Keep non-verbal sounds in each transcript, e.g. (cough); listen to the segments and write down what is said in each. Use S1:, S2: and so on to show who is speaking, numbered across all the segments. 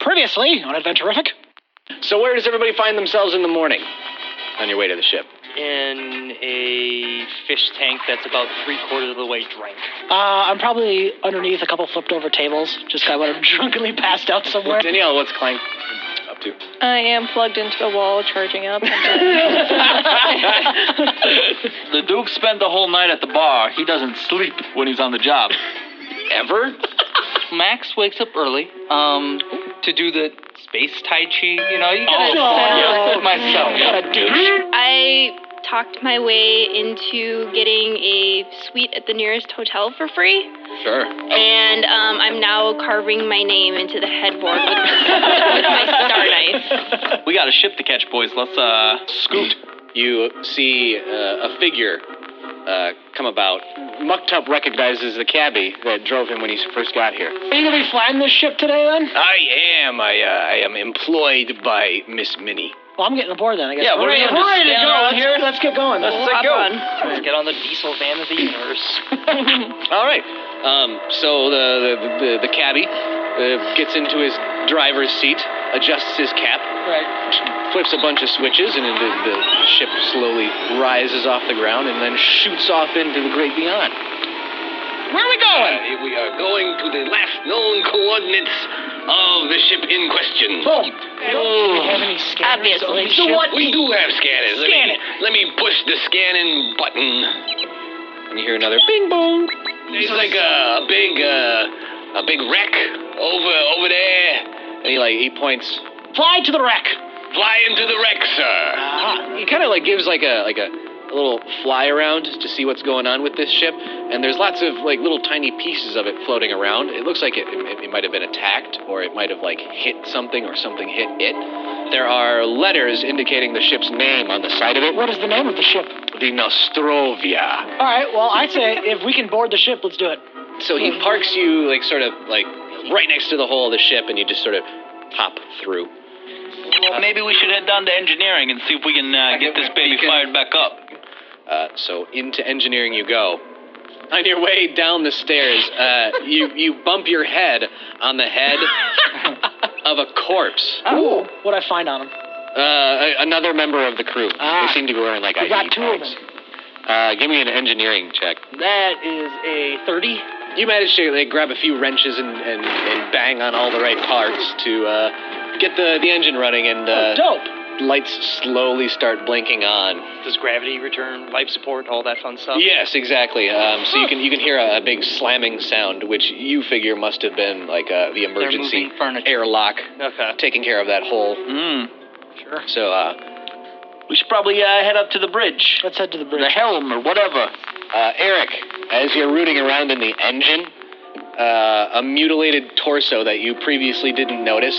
S1: Previously on Adventurific.
S2: So where does everybody find themselves in the morning? On your way to the ship.
S3: in a fish tank that's about three quarters of the way drank.
S1: Uh, I'm probably underneath a couple flipped over tables, just kind of (laughs) drunkenly passed out somewhere.
S2: Danielle, what's Klein up to?
S4: I am plugged into a wall, charging
S5: (laughs)
S4: up.
S6: The Duke spent the whole night at the bar. He doesn't sleep when he's on the job.
S2: Ever?
S3: Max wakes up early um, to do the space tai chi. You know, you gotta
S4: Oh,
S3: yeah,
S4: yeah.
S3: put myself.
S1: What a douche.
S4: I talked my way into getting a suite at the nearest hotel for free,
S2: Sure.
S4: and um, I'm now carving my name into the headboard with, with my star knife.
S6: (laughs) We got a ship to catch, boys. Let's uh scoot.
S2: You see uh, a figure uh, come about. Muktup recognizes the cabbie that drove him when he first got here.
S1: Are you gonna be flying this ship today then?
S2: I am. I, uh, I am employed by Miss Minnie.
S1: Well, I'm getting aboard then, I guess.
S6: Yeah, what are you
S1: We're
S6: gonna do,
S1: ready to
S6: stand
S1: go
S6: around?
S1: here. Let's get going.
S4: Hop on.
S3: Let's get on the diesel van of the universe.
S2: (laughs) All right. Um, so the the, the, the cabbie uh, gets into his driver's seat, adjusts his cap,
S1: Right.
S2: flips a bunch of switches, and the, the ship slowly rises off the ground and then shoots off into the great beyond.
S7: Where are we going? we are going to the last known coordinates of the ship in question. Hmm.
S1: Boom. Do we have any scanners on
S4: Obviously.
S1: the
S4: So
S1: ship?
S7: We do have scanners. let
S1: Scan
S7: me,
S1: it.
S7: Let me push the scanning button.
S2: And you hear another bing bong.
S7: It's like a, a big, uh, a big wreck over over there.
S2: And he like he points.
S1: Fly to the wreck.
S7: Fly into the wreck, sir.
S1: Ah,
S2: He kind of Uh-huh. like gives like a like a, a little fly around to see what's going on with this ship. And there's lots of like little tiny pieces of it floating around. It looks like it it, it might have been attacked or it might have like hit something or something hit it. There are letters indicating the ship's name on the side of it.
S1: what is the name of the ship?
S2: The Nostrovia.
S1: All right. Well, I'd say if we can board the ship, let's do it.
S2: So he parks you like sort of like right next to the hull of the ship, and you just sort of pop through.
S6: Maybe we should head down to engineering and see if we can uh, get this baby fired back up.
S2: Uh, so into engineering you go. On your way down the stairs,
S6: (laughs)
S2: uh, you you bump your head on the head of a corpse.
S1: Ooh, what I find on him?
S2: Uh, a- another member of the crew.
S1: Ah.
S2: they seem to be wearing like
S1: We
S2: ID
S1: got two of
S2: tags.
S1: them.
S2: Uh, give me an engineering check.
S1: That is a thirty.
S2: You manage to like, grab a few wrenches and, and, and bang on all the right parts to uh, get the, the engine running and uh,
S1: Oh, Dope.
S2: lights slowly start blinking on.
S3: Does gravity return, life support, all that fun stuff?
S2: Yes, exactly. Um, so you can you can hear a, a big slamming sound, which you figure must have been like uh, the
S3: They're
S2: emergency
S3: moving furniture.
S2: airlock
S3: Okay.
S2: taking care of that hole.
S6: Hmm.
S3: Sure.
S2: So uh,
S6: We should probably uh, head up to the bridge.
S1: Let's head to the
S6: The
S1: bridge.
S6: helm or whatever.
S2: uh, Eric, as you're rooting around in the engine, uh, a mutilated torso that you previously didn't notice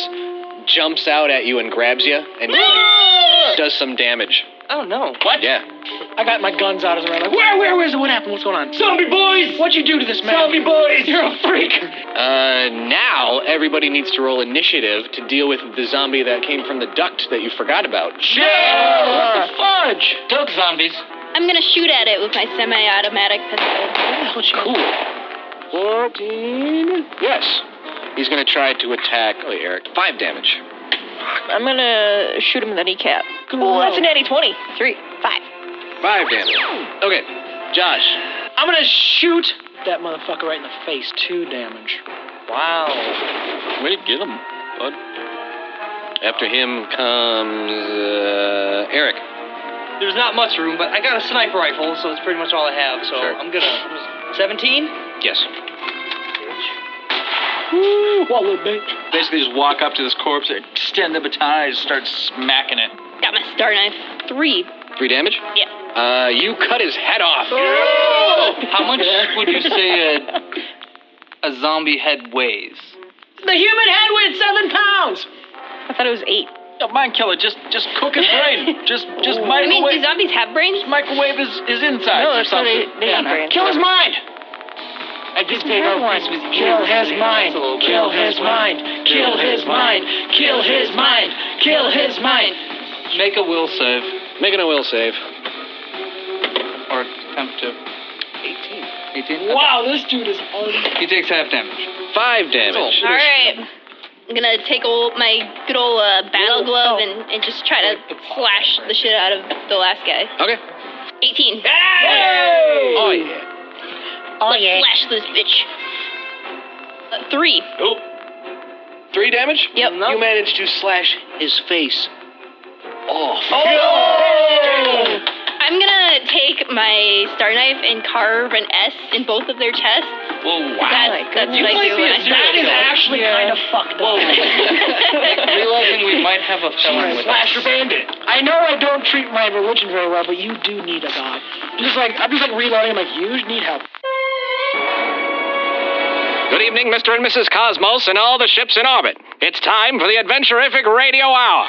S2: jumps out at you and grabs you and does some damage.
S3: Oh no.
S2: What? Yeah.
S1: Ah! I got my guns out as I'm like, where, where, where's what happened? What's going on? Zombie boys! What'd you do to this man? Zombie boys! You're a freak.
S2: Uh, now everybody needs to roll initiative to deal with the zombie that came from the duct that you forgot about.
S1: Yeah! Fudge!
S3: Duck zombies.
S4: I'm gonna shoot at it with my semi-automatic pistol.
S2: Cool. 14. Yes. He's going to try to attack oh, Eric. Five damage.
S5: I'm gonna shoot him in the kneecap. Oh, that's an natty 20. Three, five.
S2: Five damage. Okay. Josh.
S1: I'm gonna shoot that motherfucker right in the face. Two damage.
S3: Wow.
S6: Wait, get him, bud.
S2: After him comes uh, Eric.
S3: There's not much room, but I got a sniper rifle, so it's pretty much all I have. So
S2: Sure.
S3: I'm gonna. I'm just- 17?
S2: Yes.
S1: Woo! What little bitch?
S6: Basically, just walk up to this corpse, extend the baton, and just start smacking it.
S4: Got my star knife. Three.
S2: Three damage.
S4: Yeah. Oh!
S2: Uh, you cut his head off.
S3: How much would you say a, a zombie head weighs?
S1: The human head weighs seven pounds!
S5: I thought it was eight.
S6: Oh, mind killer, just just cook his brain. just just
S4: I mean, do
S6: microwave.
S4: zombies have brains?
S6: microwave his, his insides
S5: No,
S6: or
S5: that's how
S6: something.
S5: they, they eat brains.
S1: Kill his mind! I just paid no price with Kill his mind! Kill his mind! Kill his mind! Kill his mind! Kill his mind!
S3: Make a will save
S2: Making a will save.
S3: or attempt to.
S2: 18.
S3: 18.
S1: Wow, this dude is un-
S3: He takes half damage.
S2: Five damage.
S4: All right. I'm gonna take old my good old uh, battle
S8: Oh,
S4: glove
S8: oh.
S4: and, and just try to slash the shit out of the last guy.
S7: Okay.
S4: 18.
S7: Oh yeah.
S8: Oh
S4: Let's
S8: yeah.
S4: slash this bitch. Uh, three.
S7: Three damage.
S4: Yep.
S7: You managed to slash his face off.
S4: I'm gonna take my star knife and carve an S in both of their chests.
S9: Well,
S4: That's, that's what I do. when I
S3: That is actually kind of fucked
S4: (laughs)
S3: up.
S10: Realizing we might have a felon with us.
S3: Slasher Bandit. I know I don't treat my religion very well, but you do need a god. I'm just like I'm just like reloading. I'm like you need help.
S7: Good evening, Mr. and Mrs. Cosmos, and all the ships in orbit. It's time for the Adventurific Radio Hour.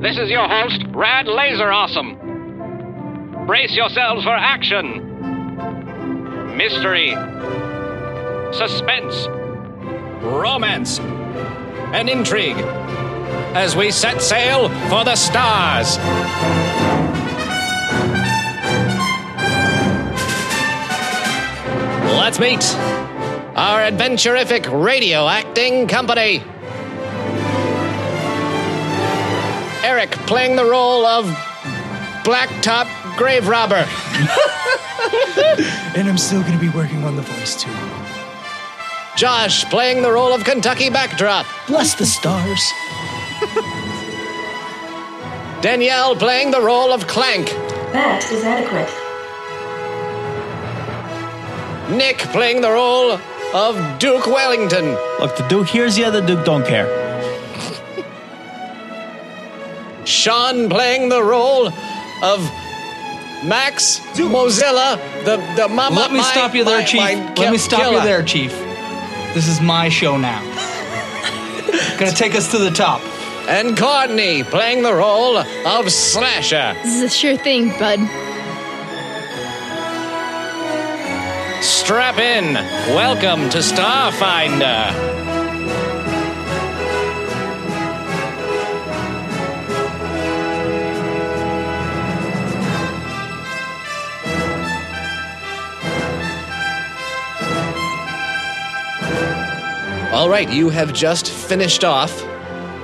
S7: This is your host, Rad Laser Awesome. Brace yourselves for action mystery, suspense,
S2: romance, and intrigue as we set sail for the stars. Let's meet our adventurific radio acting company. Eric playing the role of Blacktop Grave Robber.
S5: (laughs) And I'm still gonna be working on the voice too.
S2: Josh playing the role of Kentucky Backdrop.
S5: Bless the stars.
S2: Danielle playing the role of Clank.
S11: That is adequate.
S2: Nick playing the role of Duke Wellington.
S5: Look, the Duke hears you, the Duke don't care.
S2: Sean playing the role of Max Mozilla, the, the mama.
S5: Let me
S2: my-
S5: stop you there,
S2: my-
S5: Chief.
S2: my
S5: Let
S2: ki-
S5: me stop
S2: killer.
S5: you there, Chief. This is my show now. Gonna take us to the top.
S2: And Courtney playing the role of Slasher.
S11: This is a sure thing, bud.
S2: Strap in. Welcome to Starfinder. All right, you have just finished off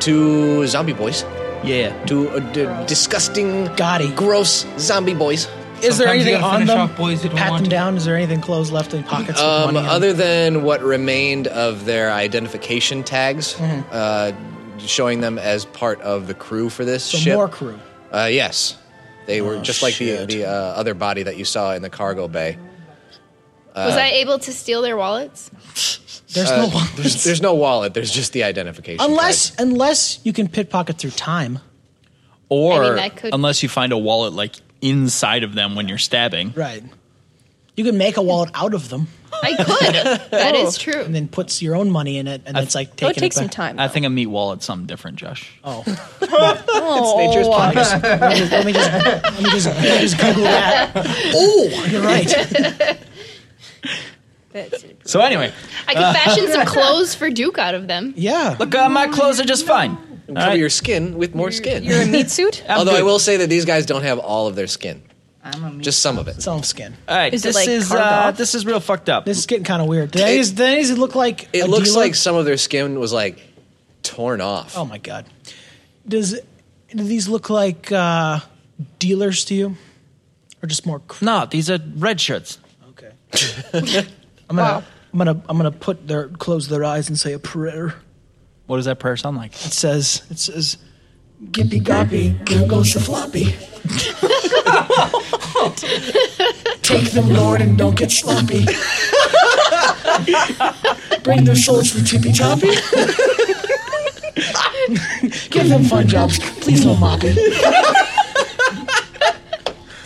S2: to zombie boys,
S5: Yeah.
S2: to uh, d- disgusting,
S5: Got it.
S2: gross zombie boys.
S1: Is
S5: Sometimes
S1: there
S5: you
S1: anything
S5: gotta
S1: on
S5: finish
S1: them?
S5: off boys you don't
S1: Pat
S5: want
S1: them
S5: to.
S1: down. Is there anything closed left in pockets? with
S2: Um,
S1: money in
S2: other than what remained of their identification tags,
S1: Mm-hmm.
S2: uh, showing them as part of the crew for this
S1: So
S2: ship.
S1: more crew.
S2: Uh, yes, they were just like
S1: shit.
S2: the the uh, other body that you saw in the cargo bay. Uh,
S11: Was I able to steal their wallets?
S1: There's no one.
S2: There's,
S1: (laughs)
S2: there's no wallet. There's just the identification.
S1: unless
S2: tags.
S1: unless you can pickpocket through
S11: I
S1: time.
S11: mean,
S6: Or
S11: that could-
S6: unless you find a wallet like inside of them when you're stabbing.
S1: Right. You can make a wallet out of them Oh.
S11: I
S1: (laughs)
S11: could.
S5: (laughs)
S11: That
S5: Oh.
S11: is true.
S1: and then puts your own money in it, and it's like
S8: It would
S1: taking
S8: take
S1: it
S8: some
S1: back.
S8: time.
S6: I think a meat wallet's something different, Josh.
S1: Oh,
S8: oh,
S1: dangerous podcast. (laughs) let, me, let me just let me just, let me just Google that. Oh, you're right.
S6: (laughs) So anyway,
S11: I could fashion
S1: (laughs)
S11: some clothes for Duke out of them.
S1: Yeah.
S6: look, uh, my clothes are just fine. All
S2: cover
S6: right,
S2: your skin with more skin.
S11: You're a
S2: (laughs)
S11: meat suit?
S6: I'm
S2: Although I
S6: good.
S2: will say that these guys don't have all of their skin. just some of it.
S1: It's all skin.
S6: All right,
S8: Is it,
S6: this
S8: like,
S6: is
S8: carved
S6: uh,
S8: off?
S6: this is real fucked up.
S1: This is getting kind of weird. Did it, these, did these look like
S2: It
S1: a
S2: looks
S1: dealer?
S2: like some of their skin was like torn off.
S1: Oh my god. Does do these look like uh, dealers to you, or just more? Cr-
S6: no, these are red shirts.
S1: Okay. (laughs) I'm gonna I'm gonna I'm gonna put their close their eyes and say a prayer.
S6: What does that prayer sound like?
S1: It says it says, "Gippy goppy, there goes the floppy." Take them, Lord, and don't get sloppy. Bring their souls for tippy toppy. Give them fun jobs, please, no moppy.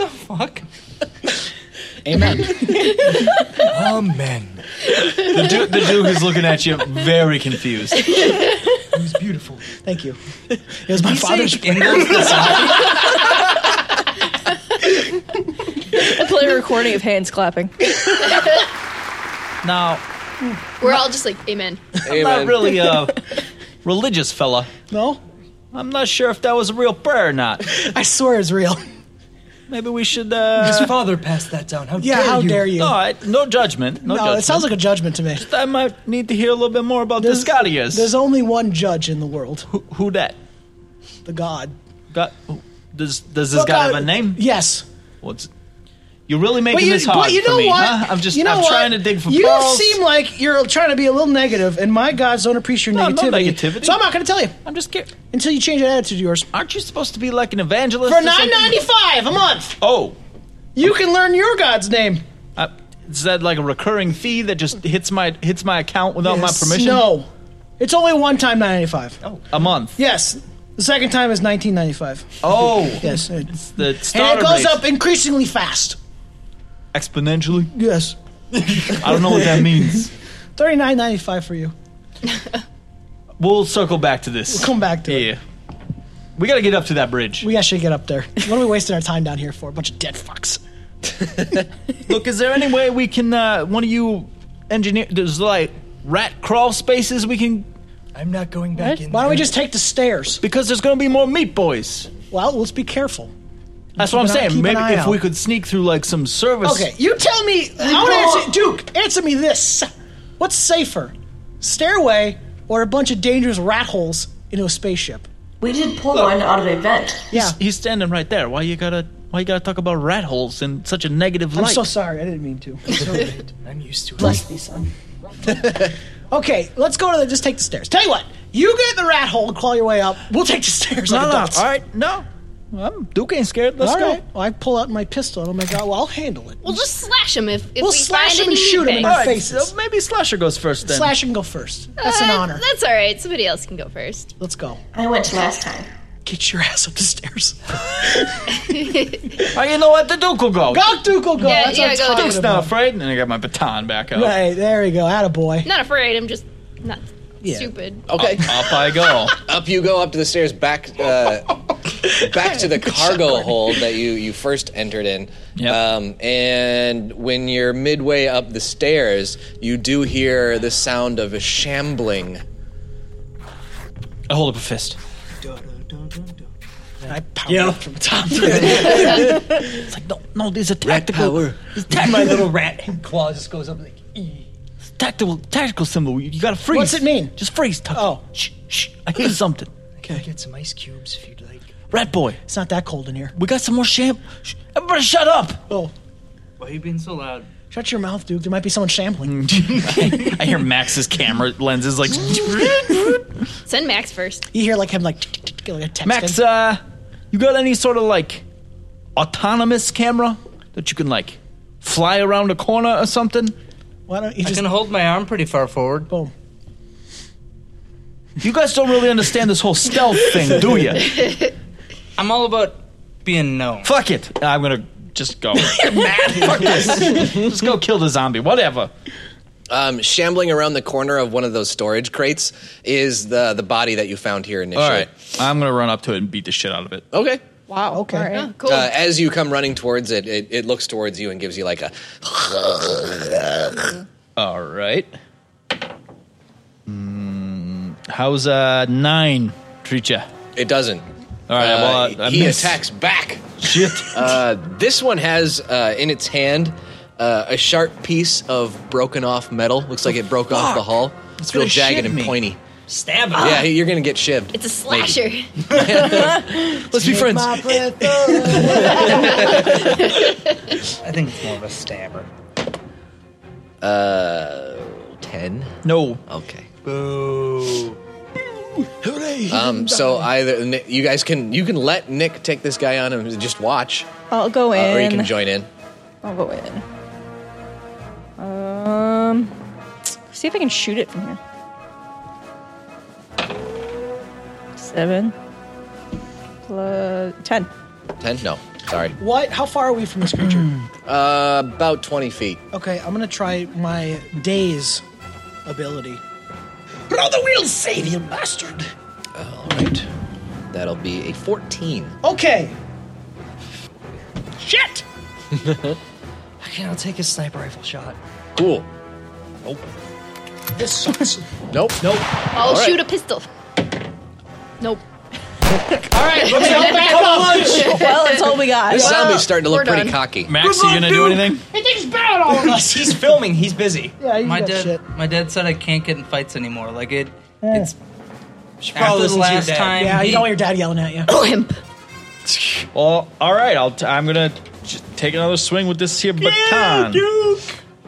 S5: Fuck.
S1: Amen.
S6: The dude, the dude who's looking at you, very confused.
S1: It was beautiful. Thank you. It was my father's.
S2: (laughs)
S8: I play a recording of hands clapping.
S6: Now,
S12: We're all just like, amen.
S6: I'm not really
S1: uh,
S6: a religious fella.
S1: No?
S6: I'm not sure if that was a real prayer or not.
S1: (laughs) I swear it's real.
S6: Maybe we should. Uh,
S10: His father passed that down. How
S1: Yeah,
S10: dare
S1: how
S10: you? Oh,
S1: dare you.
S6: No, I, no judgment. No,
S1: No,
S6: judgment.
S1: it sounds like a judgment to me.
S6: I might need to hear a little bit more about this god of yours.
S1: There's only one judge in the world.
S6: Who, who that?
S1: The god.
S6: God, oh, does does this
S1: Well,
S6: guy
S1: God-
S6: have a name?
S1: Yes.
S6: What's? You're really making
S1: but you,
S6: this hard
S1: but you know
S6: for me,
S1: what?
S6: huh? I'm just
S1: you know
S6: I'm
S1: what?
S6: trying to dig for
S1: You
S6: balls.
S1: seem like you're trying to be a little negative, and my gods don't appreciate your
S6: No, no
S1: negativity.
S6: negativity.
S1: So I'm not going to tell you.
S6: I'm just scared.
S1: Until you change that attitude of yours.
S6: Aren't you supposed to be like an evangelist
S1: For
S6: or something?
S1: nine ninety five a month,
S6: Oh,
S1: you can learn your god's name.
S6: uh, is that like a recurring fee that just hits my hits my account without
S1: Yes.
S6: my permission?
S1: No, it's only one time nine ninety five.
S6: Oh, a month.
S1: Yes, the second time is nineteen ninety five.
S6: Oh,
S1: yes,
S6: it's the
S1: and
S6: starter
S1: it goes
S6: rate.
S1: up increasingly fast.
S6: exponentially.
S1: Yes,
S6: (laughs) I don't know what that means.
S1: thirty nine ninety five for you.
S6: We'll circle back to this.
S1: We'll come back to
S6: yeah. it. We got to get up to that bridge.
S1: We actually get up there. What are we wasting our time down here for? A bunch of dead fucks.
S6: Look, is there any way we can? Uh, one of you engineer? There's like rat crawl spaces we can.
S10: I'm not going back in.
S1: Why don't we just take the stairs?
S6: Because there's going to be more meat boys.
S1: Well, let's be careful.
S6: That's what I'm
S1: Keep an eye-
S6: saying.
S1: keep an
S6: Maybe
S1: eye
S6: if
S1: out.
S6: we could sneak through like some service.
S1: Okay, you tell me. I want to answer, Duke. Answer me this: What's safer, stairway or a bunch of dangerous rat holes into a spaceship?
S13: We did pull one out of a vent.
S6: Yeah. He's, he's standing right there. Why you gotta? Why you gotta talk about rat holes in such a negative
S1: I'm
S6: light?
S1: so sorry. I didn't
S6: (laughs)
S1: mean to.
S10: I'm used to it.
S1: Bless thee, son. (laughs) okay, let's go to the. Just take the stairs. Tell you what, you get in the rat hole and claw your way up. We'll take the stairs.
S6: No,
S1: like
S6: no.
S1: adults.
S6: All right, no. I'm Duke ain't scared. Let's
S1: All
S6: go.
S1: right. Well, I pull out my pistol and I'm like, oh, well, I'll handle it.
S12: We'll just slash him if, if
S1: We'll
S12: we
S1: slash
S12: find
S1: him and
S12: any
S1: shoot him in
S12: meat
S1: our
S12: bags.
S1: face.
S6: So maybe Slasher goes first then.
S1: Slash and go first. That's an
S12: Uh,
S1: honor.
S12: That's all right. Somebody else can go first.
S1: Let's go.
S13: I went last time.
S1: Get your ass up the stairs.
S6: Oh, you know what? The Duke will go.
S1: Go, Duke, will go.
S12: Yeah,
S1: That's
S12: yeah,
S1: what I'm
S12: go,
S1: talking
S6: Duke's
S1: about.
S6: not afraid, and I got my baton back up.
S1: Right, there we go. Attaboy.
S12: Not afraid. I'm just not stupid.
S2: Okay.
S6: Up I go.
S2: (laughs) up you go up to the stairs back
S6: (laughs)
S2: uh, back to the cargo hold that you you first entered in. Um, and when you're midway up the stairs, you do hear the sound of a shambling.
S6: I hold up a fist.
S1: I power
S10: Yeah.
S1: up from the top.
S6: it's like no, no. These are tactical. These
S10: My
S6: tactical,
S10: little rat claw just goes up like.
S6: tactical, tactical symbol. You, you gotta freeze.
S10: What's it
S1: mean?
S6: Just freeze. Tuck. Oh, shh, shh. I hear something.
S10: Okay. Get some ice cubes if you'd like.
S6: Rat boy,
S1: It's not that cold in here.
S6: we got some more sham. Shh, everybody, shut up.
S1: Oh,
S10: Why are you being so loud?
S1: shut your mouth, Duke. There might be someone shambling.
S6: (laughs) I hear Max's
S1: (laughs)
S6: camera lenses like. (laughs)
S12: Send Max first.
S1: You hear like him like, tick, tick, tick, like a text.
S6: Max, uh, you got any sort of like autonomous camera that you can like fly around a corner or something?
S1: Why don't you
S10: I
S1: just
S10: can hold my arm pretty far forward.
S1: Boom.
S6: You guys don't really understand this whole
S1: (laughs)
S6: stealth thing, do you?
S10: I'm all about being known.
S6: Fuck it. I'm gonna just go. (laughs) Fuck this. Just go kill the zombie. Whatever.
S2: Um, shambling around the corner of one of those storage crates is the the body that you found here initially.
S6: All right. I'm gonna run up to it and beat the shit out of it.
S2: Okay.
S1: Wow. Okay.
S12: cool.
S2: Uh, as you come running towards it, it, it looks towards you and gives you like a.
S6: (laughs) All right. Mm, how's uh nine treat ya?
S2: It doesn't.
S6: All right.
S2: Uh,
S6: well, I, I
S2: he
S6: miss.
S2: attacks back.
S6: Shit.
S2: Uh, this one has uh, in its hand uh, a sharp piece of broken off metal. Looks like it broke off the hull. It's real
S6: gonna
S2: jagged
S6: shiv
S2: and
S6: me.
S2: pointy.
S10: Stab him.
S2: Yeah, you're gonna get shivved.
S12: It's a slasher.
S2: (laughs) Let's be friends.
S10: I think it's more of a stabber.
S2: Uh, ten.
S6: No.
S2: Okay.
S10: Boo.
S2: Um, so either Ni- you guys can you can let Nick take this guy on and just watch,
S14: I'll go
S2: uh,
S14: in.
S2: or you can join in.
S14: I'll go in. Um, see if I can shoot it from here. Seven plus ten.
S2: Ten? No, sorry.
S1: What? How far are we from this creature?
S2: Uh, about twenty feet.
S1: okay, I'm gonna try my daze ability. Brother, we'll save you, bastard.
S2: All right. That'll be a fourteen. (laughs)
S1: Okay. Shit.
S10: Okay, I'll take his sniper rifle shot.
S2: cool.
S1: Nope. This sucks.
S2: (laughs) nope.
S1: Nope.
S3: I'll shoot a pistol. Nope.
S1: All right, let's
S12: (laughs)
S1: all back
S14: (laughs)
S1: up.
S5: Well, that's all we got.
S2: This
S5: Well,
S2: zombie's starting to look
S5: we're
S2: pretty
S5: done.
S2: cocky.
S6: (laughs)
S10: Max, Good you luck, gonna do dude. anything?
S1: It takes bad all
S5: (laughs)
S1: of us.
S10: he's filming. He's busy.
S1: Yeah, he's
S10: my
S1: got
S10: dad.
S1: shit.
S10: My dad said I can't get in fights anymore. Like it. It's
S1: Probably
S10: after the
S1: listen to your
S10: last
S1: dad.
S10: time.
S1: Yeah, you
S10: he-
S1: don't want your dad yelling at you. Blimp.
S6: Well, all right. I'll. T- I'm gonna j- take another swing with this here baton.
S1: Duke.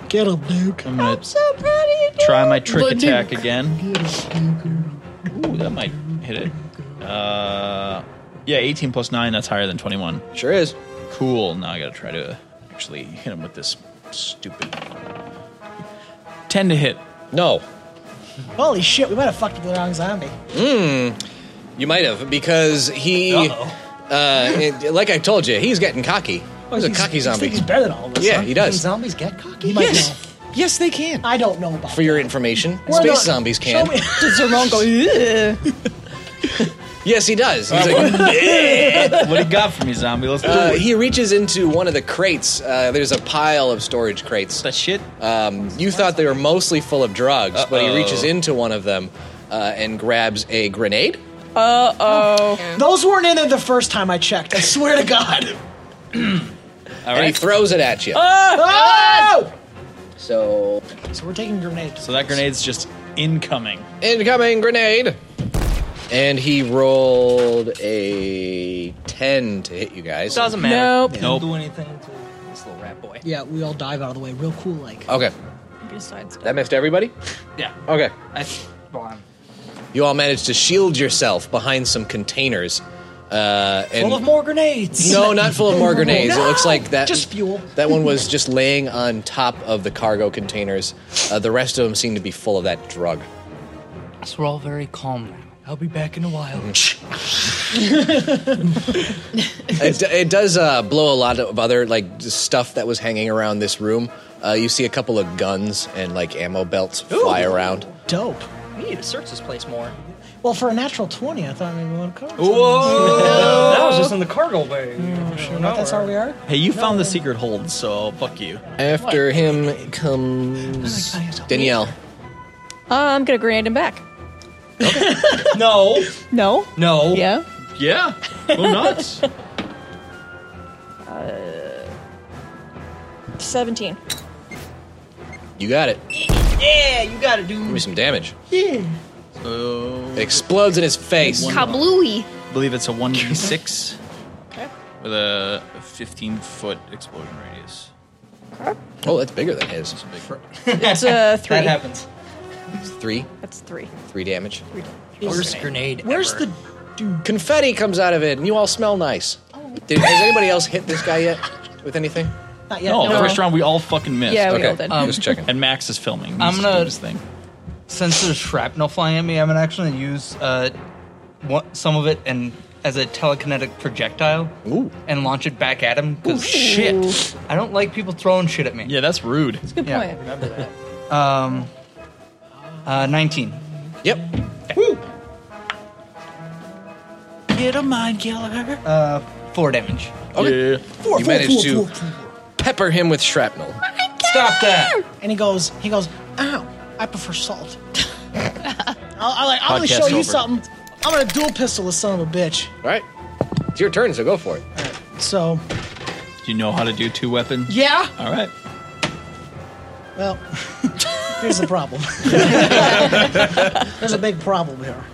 S1: Get him, Duke.
S6: I'm gonna
S5: so proud of you.
S6: try my trick
S1: But
S6: attack
S1: Duke.
S6: again. Ooh, that might hit it. Uh, yeah, 18 plus nine. That's higher than 21.
S2: Sure is.
S6: Cool. Now I gotta try to actually hit him with this stupid. Ten to hit.
S2: No.
S1: Holy shit, we might have fucked up the wrong zombie.
S2: Hmm. You might have because he, uh, it- like I told you, he's getting cocky. He's a cocky zombie.
S1: Oh, He's better than all of us.
S2: Yeah,
S1: huh?
S2: he does.
S1: Zombies get cocky. He might yes.
S2: yes, they can.
S1: I don't know about.
S2: For your information,
S1: Well,
S2: space
S1: no,
S2: zombies
S1: show
S2: can.
S1: me- (laughs)
S2: Does Zoron go? Yes, he does. He's like,
S1: Uh, (laughs)
S6: what do you got for me, zombie? Let's do
S2: Uh,
S6: it.
S2: he reaches into one of the crates. Uh, there's a pile of storage crates. That
S6: shit.
S2: Um, you thought they were mostly full of drugs, but he
S6: Uh-oh.
S2: reaches into one of them uh, and grabs a grenade.
S1: Uh oh. Those weren't in there the first time I checked. I swear
S10: (laughs)
S1: to God. (laughs)
S2: And he
S6: right.
S2: throws it at you.
S10: Uh,
S1: Oh!
S2: So.
S1: (laughs) So we're taking grenades.
S6: So that grenade's just incoming.
S2: Incoming grenade. And he rolled a 10 to hit you guys.
S10: Doesn't matter.
S1: Yeah.
S10: Don't do anything to this little rat boy.
S1: Yeah, we all dive out of the way, real cool like.
S2: Okay. That missed everybody?
S10: Yeah.
S2: Okay.
S10: I, well, I'm
S2: You all managed to shield yourself behind some containers. Uh, and
S1: full of more grenades.
S2: No, not full of more grenades. It looks like that-
S1: Just fuel.
S2: that one was just laying on top of the cargo containers. Uh, the rest of them seem to be full of that drug.
S10: So we're all very calm now. I'll be back in a while.
S2: it,
S1: (laughs)
S2: d- it does uh, blow a lot of other like just stuff that was hanging around this room. Uh, you see a couple of guns and like ammo belts fly around.
S1: Dope.
S10: We need to search this place more.
S1: Well, for a natural twenty, I thought maybe we would cover.
S6: (laughs) Whoa!
S10: that was just in the cargo bay.
S3: Hmm.
S1: No, that's how we are.
S6: Hey, you found the secret hold, so fuck you.
S2: After him comes
S1: (laughs)
S2: Danielle.
S14: Uh,
S5: I'm gonna grenade him back.
S6: no.
S5: No.
S6: No.
S5: Yeah.
S6: Yeah.
S5: (laughs)
S1: Oh,
S6: Go
S14: (laughs)
S6: nuts.
S5: Uh, Seventeen.
S2: You got it.
S5: Yeah, you got it,
S2: Give
S5: dude.
S2: me some damage.
S5: Yeah.
S6: So
S2: Explodes in his face.
S6: One-
S4: Kablooey.
S6: I believe it's a (laughs) 1d6
S5: Okay.
S6: with a 15 foot explosion radius.
S2: Oh, that's bigger than his. (laughs)
S5: It's uh, three.
S10: That happens.
S2: It's three.
S5: That's three.
S2: Three damage.
S5: Three.
S10: Worst grenade.
S2: Where's the dude? Confetti comes out of it, and you all smell nice. Did, has anybody else hit this guy yet with anything?
S1: Not
S6: no, first round we all fucking missed.
S5: Yeah, we Okay. all did. Um,
S2: Just checking.
S6: And Max is filming. He's
S10: I'm
S6: just
S10: gonna-
S6: doing his thing.
S10: Since there's shrapnel flying at me, I'm gonna actually use uh, one, some of it and as a telekinetic projectile and launch it back at him. 'cause
S6: shit.
S10: I don't like people throwing shit at me.
S6: Yeah, that's rude. That's
S5: a good
S10: Yeah.
S5: point. Remember that.
S10: Um, uh, 19.
S2: Yep.
S6: Get a mind killer.
S10: Uh, four damage.
S2: Okay.
S1: Four,
S2: you
S1: four,
S2: managed
S1: four,
S2: to
S1: four,
S2: pepper him with shrapnel.
S10: Stop that!
S1: And he goes, he goes, ow, I prefer salt. (laughs) I'll, I'll, like, I'm gonna
S2: Podcast
S1: show you
S2: over.
S1: something. I'm gonna dual pistol this son of a bitch.
S2: All right. It's your turn, so go for it.
S1: So,
S6: Do you know how to do two weapons?
S1: Yeah.
S6: All right.
S1: well, (laughs) here's the problem. (laughs)
S5: (laughs)
S1: There's a big problem here.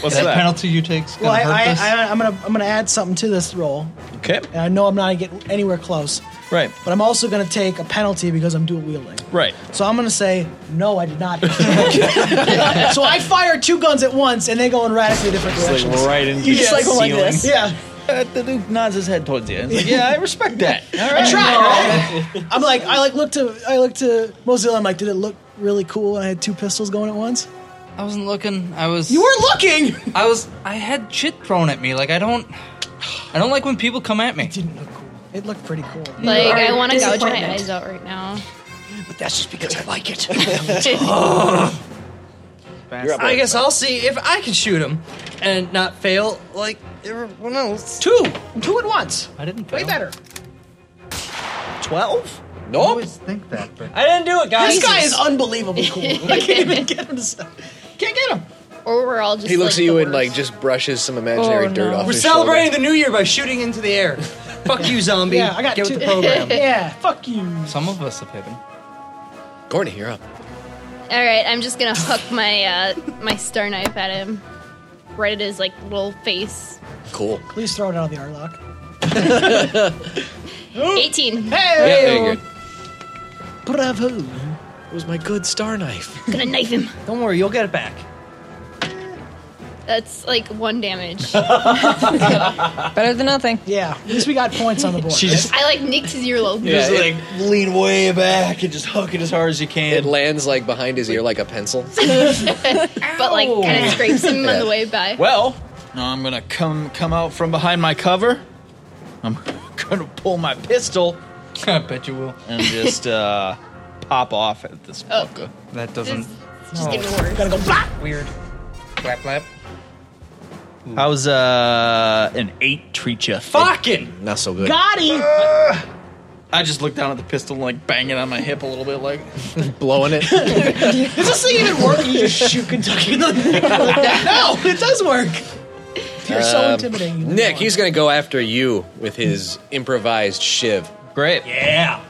S10: What's that,
S6: that?
S10: penalty you take? is
S1: Well,
S10: gonna
S1: I,
S10: hurt
S1: I,
S10: us?
S1: I, uh, I'm gonna I'm gonna add something to this roll.
S6: Okay.
S1: And I know I'm not getting anywhere close.
S6: Right.
S1: But I'm also gonna take a penalty because I'm dual wielding.
S6: Right.
S1: So I'm gonna say no, I did not. (laughs) so I fire two guns at once, and they go in radically different
S6: Just, like,
S1: directions.
S6: right into You the just, like, go like ceiling. this.
S1: Yeah.
S6: the dude nods his head towards you. It's like, yeah, I (laughs) respect that. All right.
S1: I tried. Right? I'm like, I like look to, I look to Mozilla. I'm like, did it look really cool? And I had two pistols going at once.
S10: I wasn't looking. I was.
S1: You weren't looking.
S10: I was. I had shit thrown at me. Like I don't. I don't like when people come at me. It
S1: didn't look cool. It looked pretty cool.
S4: Like, I want to gouge my
S1: Disappointment.
S4: eyes out right now.
S1: But that's just because I like (laughs) it.
S2: (laughs)
S10: I guess I'll see if I can shoot him and not fail like everyone else.
S1: Two, two at once.
S10: I didn't.
S1: Way better.
S10: Twelve.
S2: Nope.
S10: always think that, but
S1: I didn't do it,
S10: guys.
S1: This guy
S10: Jesus.
S1: is unbelievably cool. I can't even get him to stop. Can't get him.
S15: Or we're all just.
S2: he looks
S15: like
S2: at you
S15: the
S2: and like just brushes some imaginary dirt off
S3: We're
S2: his
S3: celebrating
S2: shoulder.
S3: the new year by shooting into
S10: (laughs)
S3: the air. Fuck you, zombie.
S1: Yeah, I got
S3: Get
S1: two.
S3: with the program.
S1: (laughs) yeah, fuck you.
S10: Some of us have hit him.
S2: Gorny, you're up.
S4: All right, I'm just gonna hook my uh, my star knife at him, right at his like little face.
S2: Cool.
S1: Please throw it out of the airlock.
S4: 18.
S1: Hey!
S3: Bravo.
S2: It was my good star knife.
S4: Gonna knife
S5: (laughs)
S4: him.
S3: Don't worry, you'll get it back.
S4: That's like one damage.
S3: Better than nothing.
S1: Yeah, at least we got points on the board.
S6: (laughs) She
S1: (laughs)
S6: just-
S4: I like nicked his earlobe.
S6: just like lean way back and just hook it as hard as you can.
S2: It lands like behind his ear like a pencil.
S4: (laughs) but like kind of scrapes him on the way by.
S6: Well, now I'm gonna come come out from behind my cover. I'm (laughs) gonna pull my pistol. I bet you will. And just uh, pop off at this
S4: Oh.
S6: fucker. That
S4: doesn't- Just
S10: Oh.
S4: getting worse.
S1: Gotta go blah!
S10: Weird. Blap blap.
S6: How's uh an eight treat you?
S10: Fucking!
S2: not so
S1: Got him.
S6: I just looked down at the pistol and like bang it on my hip a little bit, like
S2: (laughs) blowing it.
S6: (laughs)
S1: Does this thing even work?
S3: (laughs)
S1: You just shoot Kentucky. no, (laughs) it does work. You're so
S2: Um,
S1: intimidating.
S2: Nick, he's gonna go after you with his improvised shiv.
S6: Great.
S10: Yeah.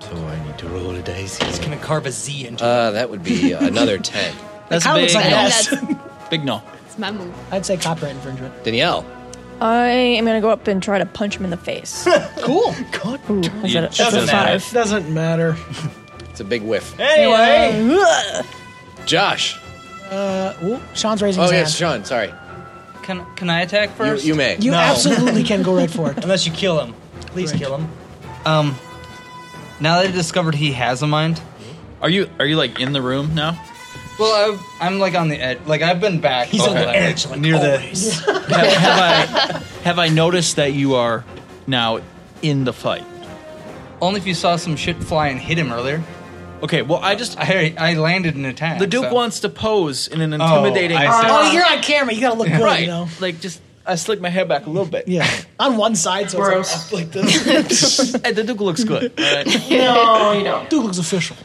S2: So I need to roll a dice.
S10: He's gonna carve a Z into
S2: Uh, that would be another ten.
S6: That's
S1: Kinda looks
S6: big.
S1: like
S6: no.
S1: yes.
S6: (laughs) Big no.
S4: It's my move.
S1: I'd say copyright infringement.
S2: Danielle.
S3: I am gonna go up and try to punch him in
S5: (laughs)
S3: the face.
S1: cool.
S3: Ooh, I said it. That's a five.
S1: Doesn't matter.
S2: (laughs) It's a big whiff.
S1: Anyway.
S2: Josh.
S1: Uh, ooh, Sean's raising
S2: Oh
S1: his
S2: yes, Sean.
S1: hand.
S2: Sorry.
S10: Can can I attack first?
S2: you may.
S1: You
S10: No.
S1: absolutely can go right for
S10: (laughs)
S1: it.
S10: Unless you kill him. Please kill him. Um, now that I discovered he has a mind.
S6: Are you are you like in the room now?
S10: Well, i I'm like on the edge. Like I've been back.
S6: He's on the edge,
S10: like near the.
S6: have, have I have I noticed that you are now in the fight?
S10: Only if you saw some shit fly and hit him earlier.
S6: Okay, well I just
S10: I, I landed an attack.
S6: The Duke
S10: so.
S6: wants to pose in an
S10: Oh,
S6: intimidating. (laughs)
S10: I see.
S1: Oh, you're on camera. You gotta look good,
S6: right.
S1: you know.
S6: Like just I slick my hair back a little bit.
S1: Yeah. On one side, so
S6: Gross.
S1: it's like up like this.
S6: (laughs) Hey, the Duke looks good. all right?
S1: no, you don't. Dude looks official.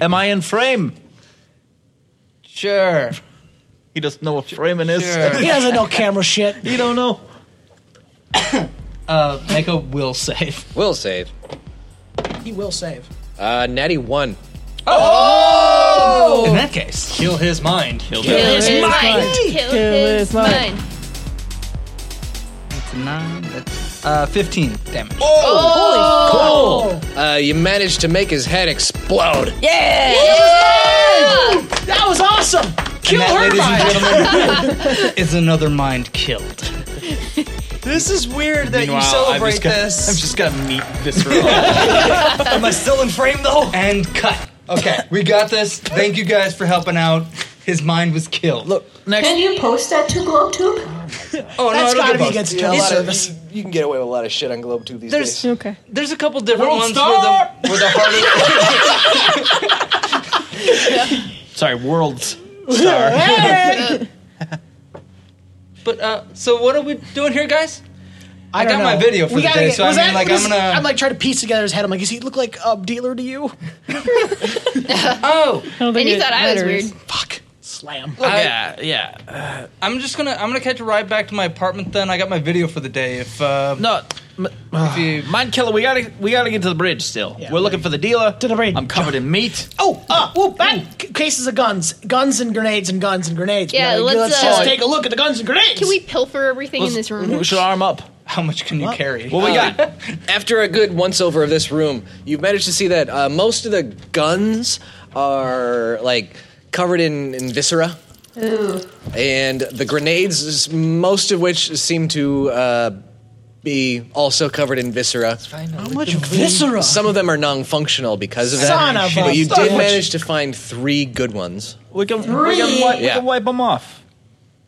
S6: Am I in frame?
S10: Sure.
S6: He doesn't know what framing is.
S1: He doesn't know camera shit.
S6: You don't know.
S10: Uh, make a will save.
S2: Will save.
S1: He will save.
S2: Uh, Natty one.
S10: Oh! In that case, kill his mind. Kill,
S1: his his mind. mind.
S4: Kill,
S1: Kill
S4: his,
S1: his mind.
S4: mind.
S10: That's a nine. That's uh, fifteen damage.
S1: Oh!
S16: Oh,
S2: Oh, holy cool! Uh, you managed to make his head explode.
S3: Yeah!
S1: That was awesome. Kill
S10: that,
S1: her
S10: ladies
S1: mind.
S10: and
S6: (laughs)
S10: gentlemen, is another mind killed.
S3: This is weird that
S10: Meanwhile, I've just got-
S3: this.
S10: I've
S6: just got meat
S10: (laughs)
S6: this
S2: (laughs)
S3: (laughs)
S10: Am I still in frame though? And cut. Okay, we got this. Thank you guys for helping out. His mind was killed. (laughs) Look,
S5: Can you post that to GlobeTube?
S10: Oh, no,
S1: That's
S10: it'll get
S1: gotta be
S10: posted.
S1: against
S10: Yeah,
S1: child
S10: it's-
S1: service.
S2: You can get away with a lot of shit on GlobeTube these
S10: There's-
S2: days.
S3: Okay.
S10: There's a couple different
S3: World
S10: ones
S3: Star!
S10: where the where the harder.
S6: Sorry, worlds. (laughs)
S10: (laughs) but uh, so what are we doing here, guys? I,
S1: don't
S10: got my
S1: know.
S10: video for
S1: We
S10: the
S1: gotta
S10: day,
S1: get-
S10: so I mean,
S1: was that-
S10: like,
S1: was-
S10: I'm gonna.
S1: I'm like trying to piece together his head. I'm like, does he look like a dealer to you?
S10: oh,
S4: And he thought I was weird.
S1: Slam.
S6: yeah, yeah.
S10: (sighs) I'm just gonna. I'm gonna catch a ride back to my apartment. Then I got my video for the day. If uh,
S6: no,
S10: if you
S6: (sighs) Mind killer. We gotta we gotta get to the bridge. Still, we're looking for the dealer. To the bridge. ah, I'm covered in meat.
S1: Oh, uh, whoop, bang! C- cases of guns, guns and grenades, and guns and grenades.
S4: Yeah,
S1: You know,
S4: let's, uh,
S1: just take a look at the guns and grenades.
S4: Can we pilfer everything in
S16: (laughs)
S4: this room?
S6: We should arm up.
S10: How much can you carry? Uh,
S6: What we got?
S10: (laughs)
S2: After a good once over of this room, you've managed to see that uh, most of the guns are like covered in, in viscera,
S1: Oh,
S5: Ooh.
S2: and the grenades, most of which seem to uh, be also covered in viscera.
S1: How much viscera?
S2: Some of them are non-functional because of that.
S1: Son of a-
S2: but you
S1: son
S2: did
S1: of a-
S2: manage to find three good ones,
S6: We can we
S1: Three.
S6: can, wipe, we
S2: Yeah.
S6: can wipe them off.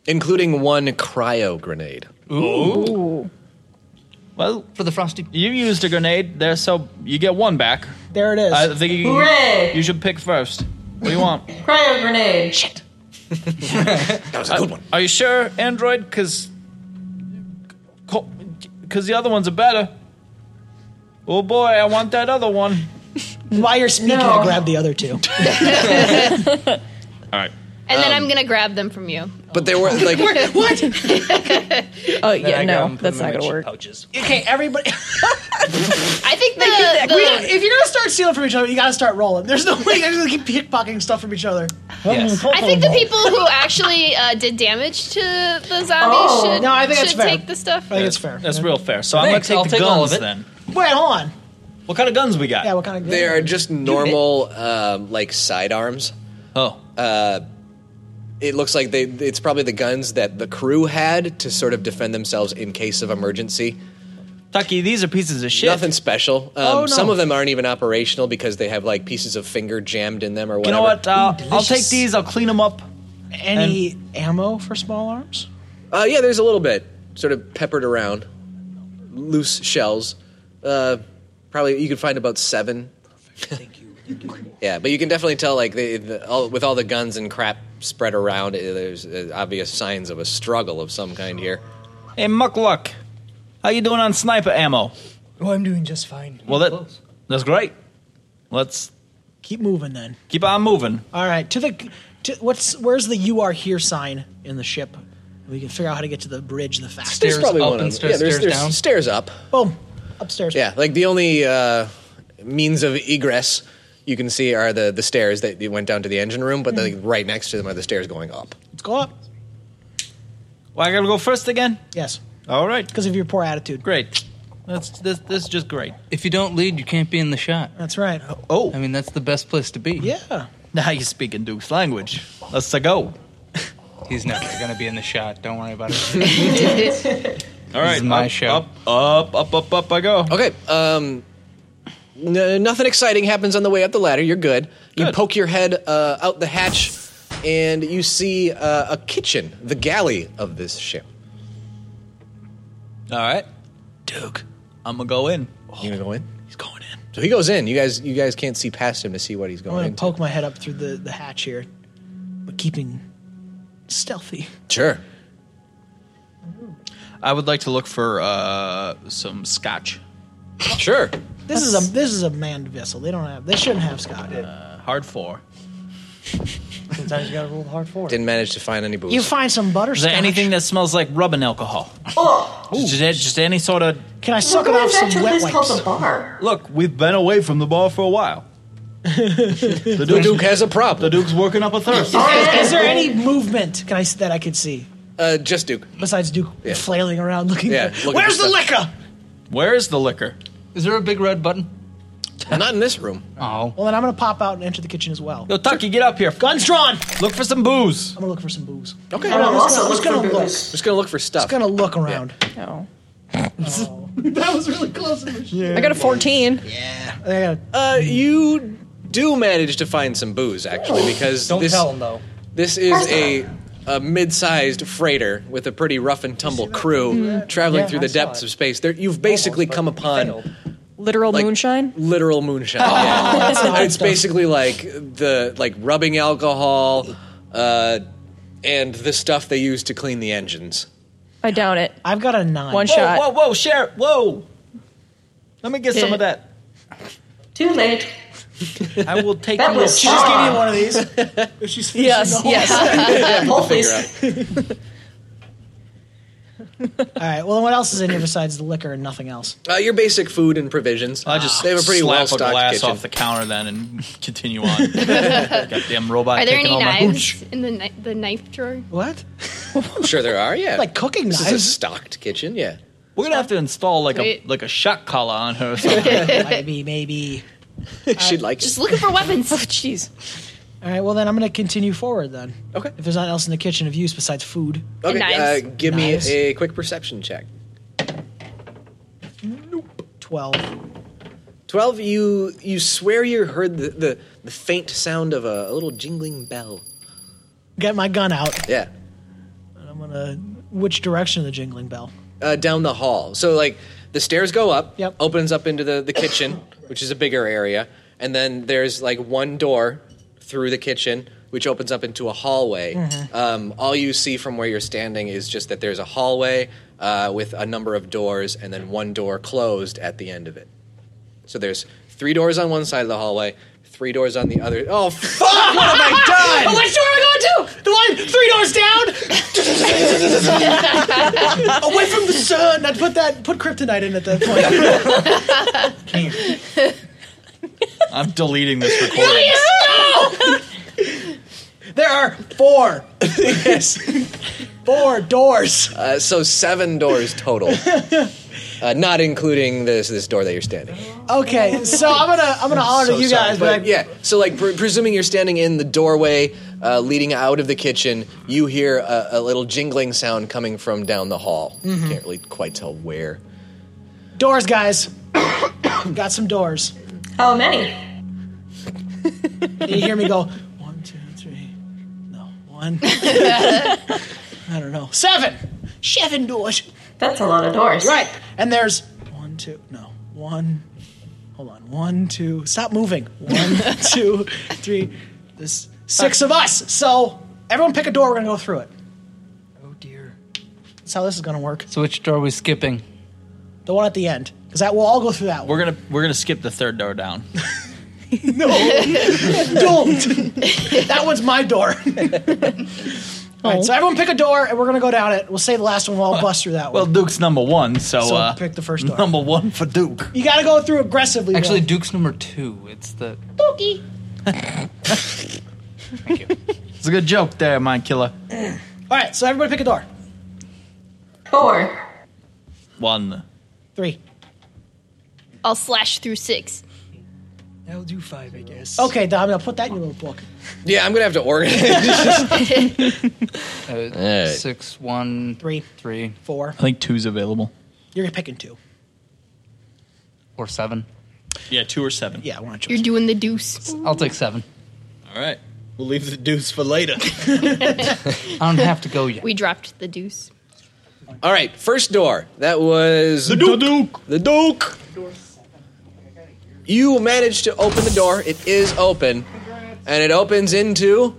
S2: including one cryo grenade.
S6: Ooh. Well,
S10: for the frosty,
S6: you used a grenade there, so you get one back.
S1: There it is.
S6: I think you,
S5: Hooray!
S6: you should pick first. What do you want?
S5: Cryo grenade. Shit.
S2: (laughs) that was a good one.
S6: Are you sure, Android? Because because the other ones are better. Oh boy, I want that other one.
S1: (laughs) While you're speaking, I grab the other two.
S6: All right. Um,
S4: And
S16: Um,
S4: then I'm gonna grab them from you.
S2: But there were
S4: (laughs)
S2: like
S1: (laughs) what?
S14: Oh
S1: Then I
S14: yeah,
S1: grab
S14: no,
S1: 'em, put 'em
S14: that's
S1: in
S14: not
S1: my
S14: gonna
S1: cheek
S14: work.
S1: (laughs) Okay, everybody. (laughs)
S4: I think
S1: the, we- if you're gonna start stealing from each other, you gotta start rolling. There's no (laughs) way you're gonna keep pickpocketing stuff from each other.
S4: I think the people who actually uh, did damage to the zombies
S1: Oh.
S4: should,
S1: No, I think that's
S4: should
S1: fair.
S4: take the stuff.
S1: I think it's fair.
S6: That's real fair. So
S16: Thanks,
S6: I'm
S16: I'll
S6: gonna
S16: take
S6: take the
S16: all of it.
S6: guns then.
S1: (laughs) Wait, hold on.
S6: What kind of guns we got?
S1: Yeah, what kind of?
S2: They are just normal, um, like sidearms.
S6: Oh.
S2: Uh, it looks like they. It's probably the guns that the crew had to sort of defend themselves in case of emergency.
S6: Tucky, these are pieces of shit.
S2: Nothing special. Um,
S6: Oh, no.
S2: Some of them aren't even operational because they have like pieces of finger jammed in them or
S6: You
S2: whatever.
S6: know what? Uh, I'll take these. I'll clean them up.
S1: Any ammo for small arms?
S2: Uh, yeah, there's a little bit, sort of peppered around, loose shells. Uh, probably you could find about seven. (laughs) yeah, but you can definitely tell, like, they, the, all, with all the guns and crap spread around, eh, there's uh, obvious signs of a struggle of some kind here.
S6: Hey, Muckluck, how you doing on sniper ammo?
S1: Oh, I'm doing just fine.
S6: Well, that that's great. Let's
S1: Keep moving then.
S6: keep on moving.
S1: All right, to the to, what's where's the "you are here" sign in the ship? We can figure out how to get to the bridge the fastest.
S2: There's probably one of them. Yeah, there's, there's stairs up.
S1: Boom, upstairs.
S2: Yeah, like the only uh, means of egress you can see are the, the stairs that went down to the engine room, but like, right next to them are the stairs going up.
S1: Let's go up.
S6: Well, I gotta go first again.
S1: Yes.
S6: All right.
S1: Because of your poor attitude.
S6: Great. That's this. This is just great.
S17: If you don't lead, you can't be in the shot.
S1: That's right.
S6: Oh,
S17: I mean that's the best place to be.
S1: Yeah.
S6: Now you speak in Duke's language. Let's
S10: (laughs)
S6: a go.
S17: He's never gonna be in the shot. Don't worry about it.
S1: (laughs)
S4: (laughs)
S6: All right,
S17: my
S6: up,
S17: show.
S6: Up, up, up, up, up. I go.
S2: Okay. Um, n- nothing exciting happens on the way up the ladder. You're good. You poke your head uh, out the hatch, and you see uh, a kitchen, the galley of this ship.
S6: All right, Duke, I'm gonna go in.
S2: You gonna go in? He's going in. So he goes in. You guys, you guys can't see past him to see what he's
S1: I'm
S2: going
S1: gonna
S2: into.
S1: poke my head up through the, the hatch here, but keeping stealthy.
S2: Sure.
S16: I would like to look for uh, some scotch.
S2: Sure.
S1: This is a this is a manned vessel. They don't have. They shouldn't have Scott.
S2: Uh,
S6: Uh, hard four.
S1: Sometimes you gotta roll hard for it.
S2: Didn't manage to find any booze.
S1: You find some
S6: Is there
S1: butterscotch.
S6: anything that smells like rub and alcohol?
S13: Oh,
S6: Just, just any sort of.
S1: Can I suck it off some wet wipes?
S13: bar.
S6: Look, we've been away from the bar for a
S1: (laughs)
S6: while. the,
S2: Duke has a problem.
S6: The Duke's working up a thirst.
S1: Oh, Is, is there any movement? Can I s- that I could see
S2: Uh, just Duke.
S1: besides Duke
S2: Yeah.
S1: flailing around looking? (laughs)
S2: Yeah,
S1: for,
S2: looking
S1: Where's
S2: for
S1: the
S2: stuff.
S1: liquor?
S6: Where is the liquor?
S17: Is there a big red button?
S2: Not in this room.
S17: Oh.
S1: Well, then I'm gonna pop out and enter the kitchen as well.
S6: Yo, Tucky, get up here.
S1: Guns drawn.
S6: Look for some booze.
S1: I'm gonna look for some booze.
S2: Okay.
S1: I'm just
S2: Also
S1: gonna, just
S2: look
S1: gonna
S2: for
S1: look.
S2: booze. Just gonna look for stuff.
S1: Just gonna look around.
S14: No.
S1: (laughs) that was really close. Yeah.
S14: I got a 14.
S2: Uh, you do manage to find some booze actually because
S10: Don't
S2: this,
S10: tell 'em, though.
S2: This is a a mid-sized freighter with a pretty rough and tumble crew
S14: Mhm.
S2: traveling
S14: Yeah,
S2: through
S14: I
S2: the
S14: saw
S2: depths of space. There, you've basically come upon
S14: Literal
S2: Like-
S14: moonshine.
S2: literal moonshine.
S1: Oh.
S2: Yeah. (laughs) it's basically like the like rubbing alcohol uh, and the stuff they use to clean the engines.
S14: I doubt it.
S1: I've got a nine.
S14: One
S6: whoa,
S14: shot.
S6: Whoa, whoa, share. Whoa. Let me get some of that.
S13: Too late.
S6: I will take
S13: That
S6: you a
S13: was
S6: shot.
S13: Just give me
S1: one of these.
S2: (laughs)
S1: If she's finishing
S14: Yes,
S1: the (laughs) whole
S14: yes.
S1: thing.
S13: Hold
S2: Figure
S13: this.
S2: out.
S1: All right. Well, what else is in here besides the liquor and
S2: (laughs)
S1: nothing else?
S2: Uh, your basic food and provisions.
S16: I just
S2: they have a pretty
S16: slap
S2: well-stocked
S16: a glass
S2: kitchen.
S16: off the counter then and continue
S2: (laughs)
S16: on. Goddamn robot
S4: Are there
S16: taking
S4: any
S16: all my hooch.
S4: knives in the kni- the knife drawer?
S1: What?
S2: sure, there are. Yeah,
S1: Like cooking
S2: this is
S1: knives?
S2: a stocked kitchen. Yeah.
S6: We're gonna have to install like a
S4: Wait.
S6: like a shot collar on her. Or something.
S1: (laughs) maybe, maybe.
S2: (laughs)
S1: Uh,
S2: She'd like
S4: Just
S2: it.
S4: looking for weapons.
S1: (laughs)
S14: Oh, jeez.
S1: All right. Well, then I'm gonna continue forward then.
S2: Okay.
S1: If there's nothing else in the kitchen of use besides food.
S2: Okay,
S4: Knives.
S2: uh, give
S1: Knives.
S2: me a quick perception check.
S1: Twelve.
S2: Twelve. You you swear you heard the the, the faint sound of a, a little jingling bell.
S1: Get my gun out.
S2: Yeah,
S1: And I'm gonna. Which direction of the jingling bell?
S2: uh, down the hall. So like the stairs go up.
S1: Yep.
S2: Opens up into the the kitchen, which is a bigger area, and then there's like one door through the kitchen. Which opens up into a hallway.
S7: Mhm.
S2: Um, all you see from where you're standing is just that there's a hallway uh, with a number of doors, and then one door closed at the end of it. So there's three doors on one side of the hallway, three doors on the other. (laughs) Oh (laughs) fuck! What have I done?
S1: Which door am I going to? The one three doors down, (laughs) away from the sun. I'd put that put kryptonite in at that point.
S16: I'm deleting this recording.
S1: Julius, no! there are
S2: (laughs)
S1: four. yes, (laughs) four doors.
S2: Uh, so seven doors
S1: (laughs)
S2: total, uh, not including this this door that you're standing.
S1: Okay, so I'm gonna I'm gonna holler to you guys,
S2: but
S1: but
S2: yeah. So like pre- presuming you're standing in the doorway uh, leading out of the kitchen, you hear a, a little jingling sound coming from down the hall.
S1: Mhm.
S2: Can't really quite tell where.
S1: doors, guys. Got some doors.
S13: How Oh, many?
S1: You hear
S14: (laughs)
S1: me go one, two, three. No, one. I don't know. Seven. Seven doors.
S13: That's a lot of doors.
S1: Right. And there's one, two, no, one. Hold on. One, two. Stop moving. One, (laughs) two, three. There's six of us. So everyone pick a door. We're going to go through it. Oh, dear. That's how this is going to work.
S10: So which door are we skipping?
S1: The one at the end. Because that we'll all go through that one.
S16: We're gonna we're gonna skip the third door down. (laughs)
S1: No. don't. that one's
S16: (laughs)
S1: my door. All
S16: Oh.
S1: right, so everyone pick a door, and we're gonna go down it. We'll say the last one. We'll all bust through that one.
S16: Well, Duke's number one, so,
S1: So
S16: uh,
S1: pick the first door.
S16: Number one for Duke.
S1: You gotta go through aggressively.
S10: Actually, Duke's number two. It's the
S1: Dookie.
S16: It's a good joke there, mind killer.
S1: All right, so everybody pick a door.
S13: Four.
S16: One.
S4: I'll slash through six.
S1: That'll do five, I guess. Okay, Dom, I'll put that in your
S16: (laughs)
S1: little book.
S2: Yeah, I'm gonna have to organize.
S10: (laughs) uh, six, one,
S1: three,
S10: three,
S1: four.
S16: I think two's available.
S1: You're picking two.
S10: Or seven.
S16: Yeah, two or seven.
S1: Yeah, why don't
S4: You're doing the deuce.
S10: I'll take seven.
S16: All right. We'll leave the deuce for later.
S10: (laughs) I don't have to go yet.
S4: We dropped the deuce.
S2: All right, first door. That was the Duke. The Duke. You managed to open the door. It is open, and it opens into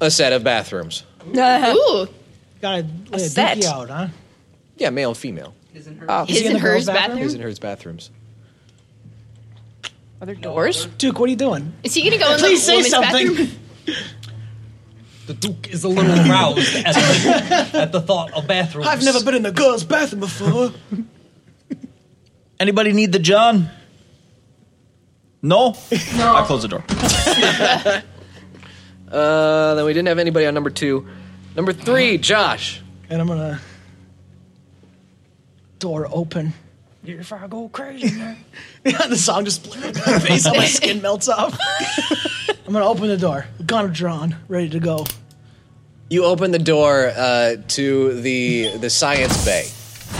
S2: a set of bathrooms.
S4: Ooh.
S1: Gotta lay a
S4: set.
S1: dookie out, huh?
S2: Yeah, male and female.
S1: Oh. Is he in the girls' bathroom?
S2: His and hers bathrooms.
S1: Are there doors? Duke, what are you doing?
S4: Is he gonna go in the
S1: Please say
S4: woman's
S1: something. (laughs)
S4: bathroom?
S10: The Duke is a
S3: (laughs)
S10: little roused at the, at the thought of bathrooms.
S1: I've never been in the girls' bathroom before.
S16: (laughs) Anybody need the John?
S1: (laughs)
S16: No?
S13: No.
S16: I close the door.
S2: (laughs) Uh, then we didn't have anybody on number two. Number three, Josh.
S1: And I'm gonna door open. (laughs) If I go crazy, man. Yeah, the song
S5: (laughs)
S1: just plays. My face, (laughs) all my skin melts off. I'm gonna open the door. Gun drawn, ready to go.
S2: You open the door uh, to the the science bay.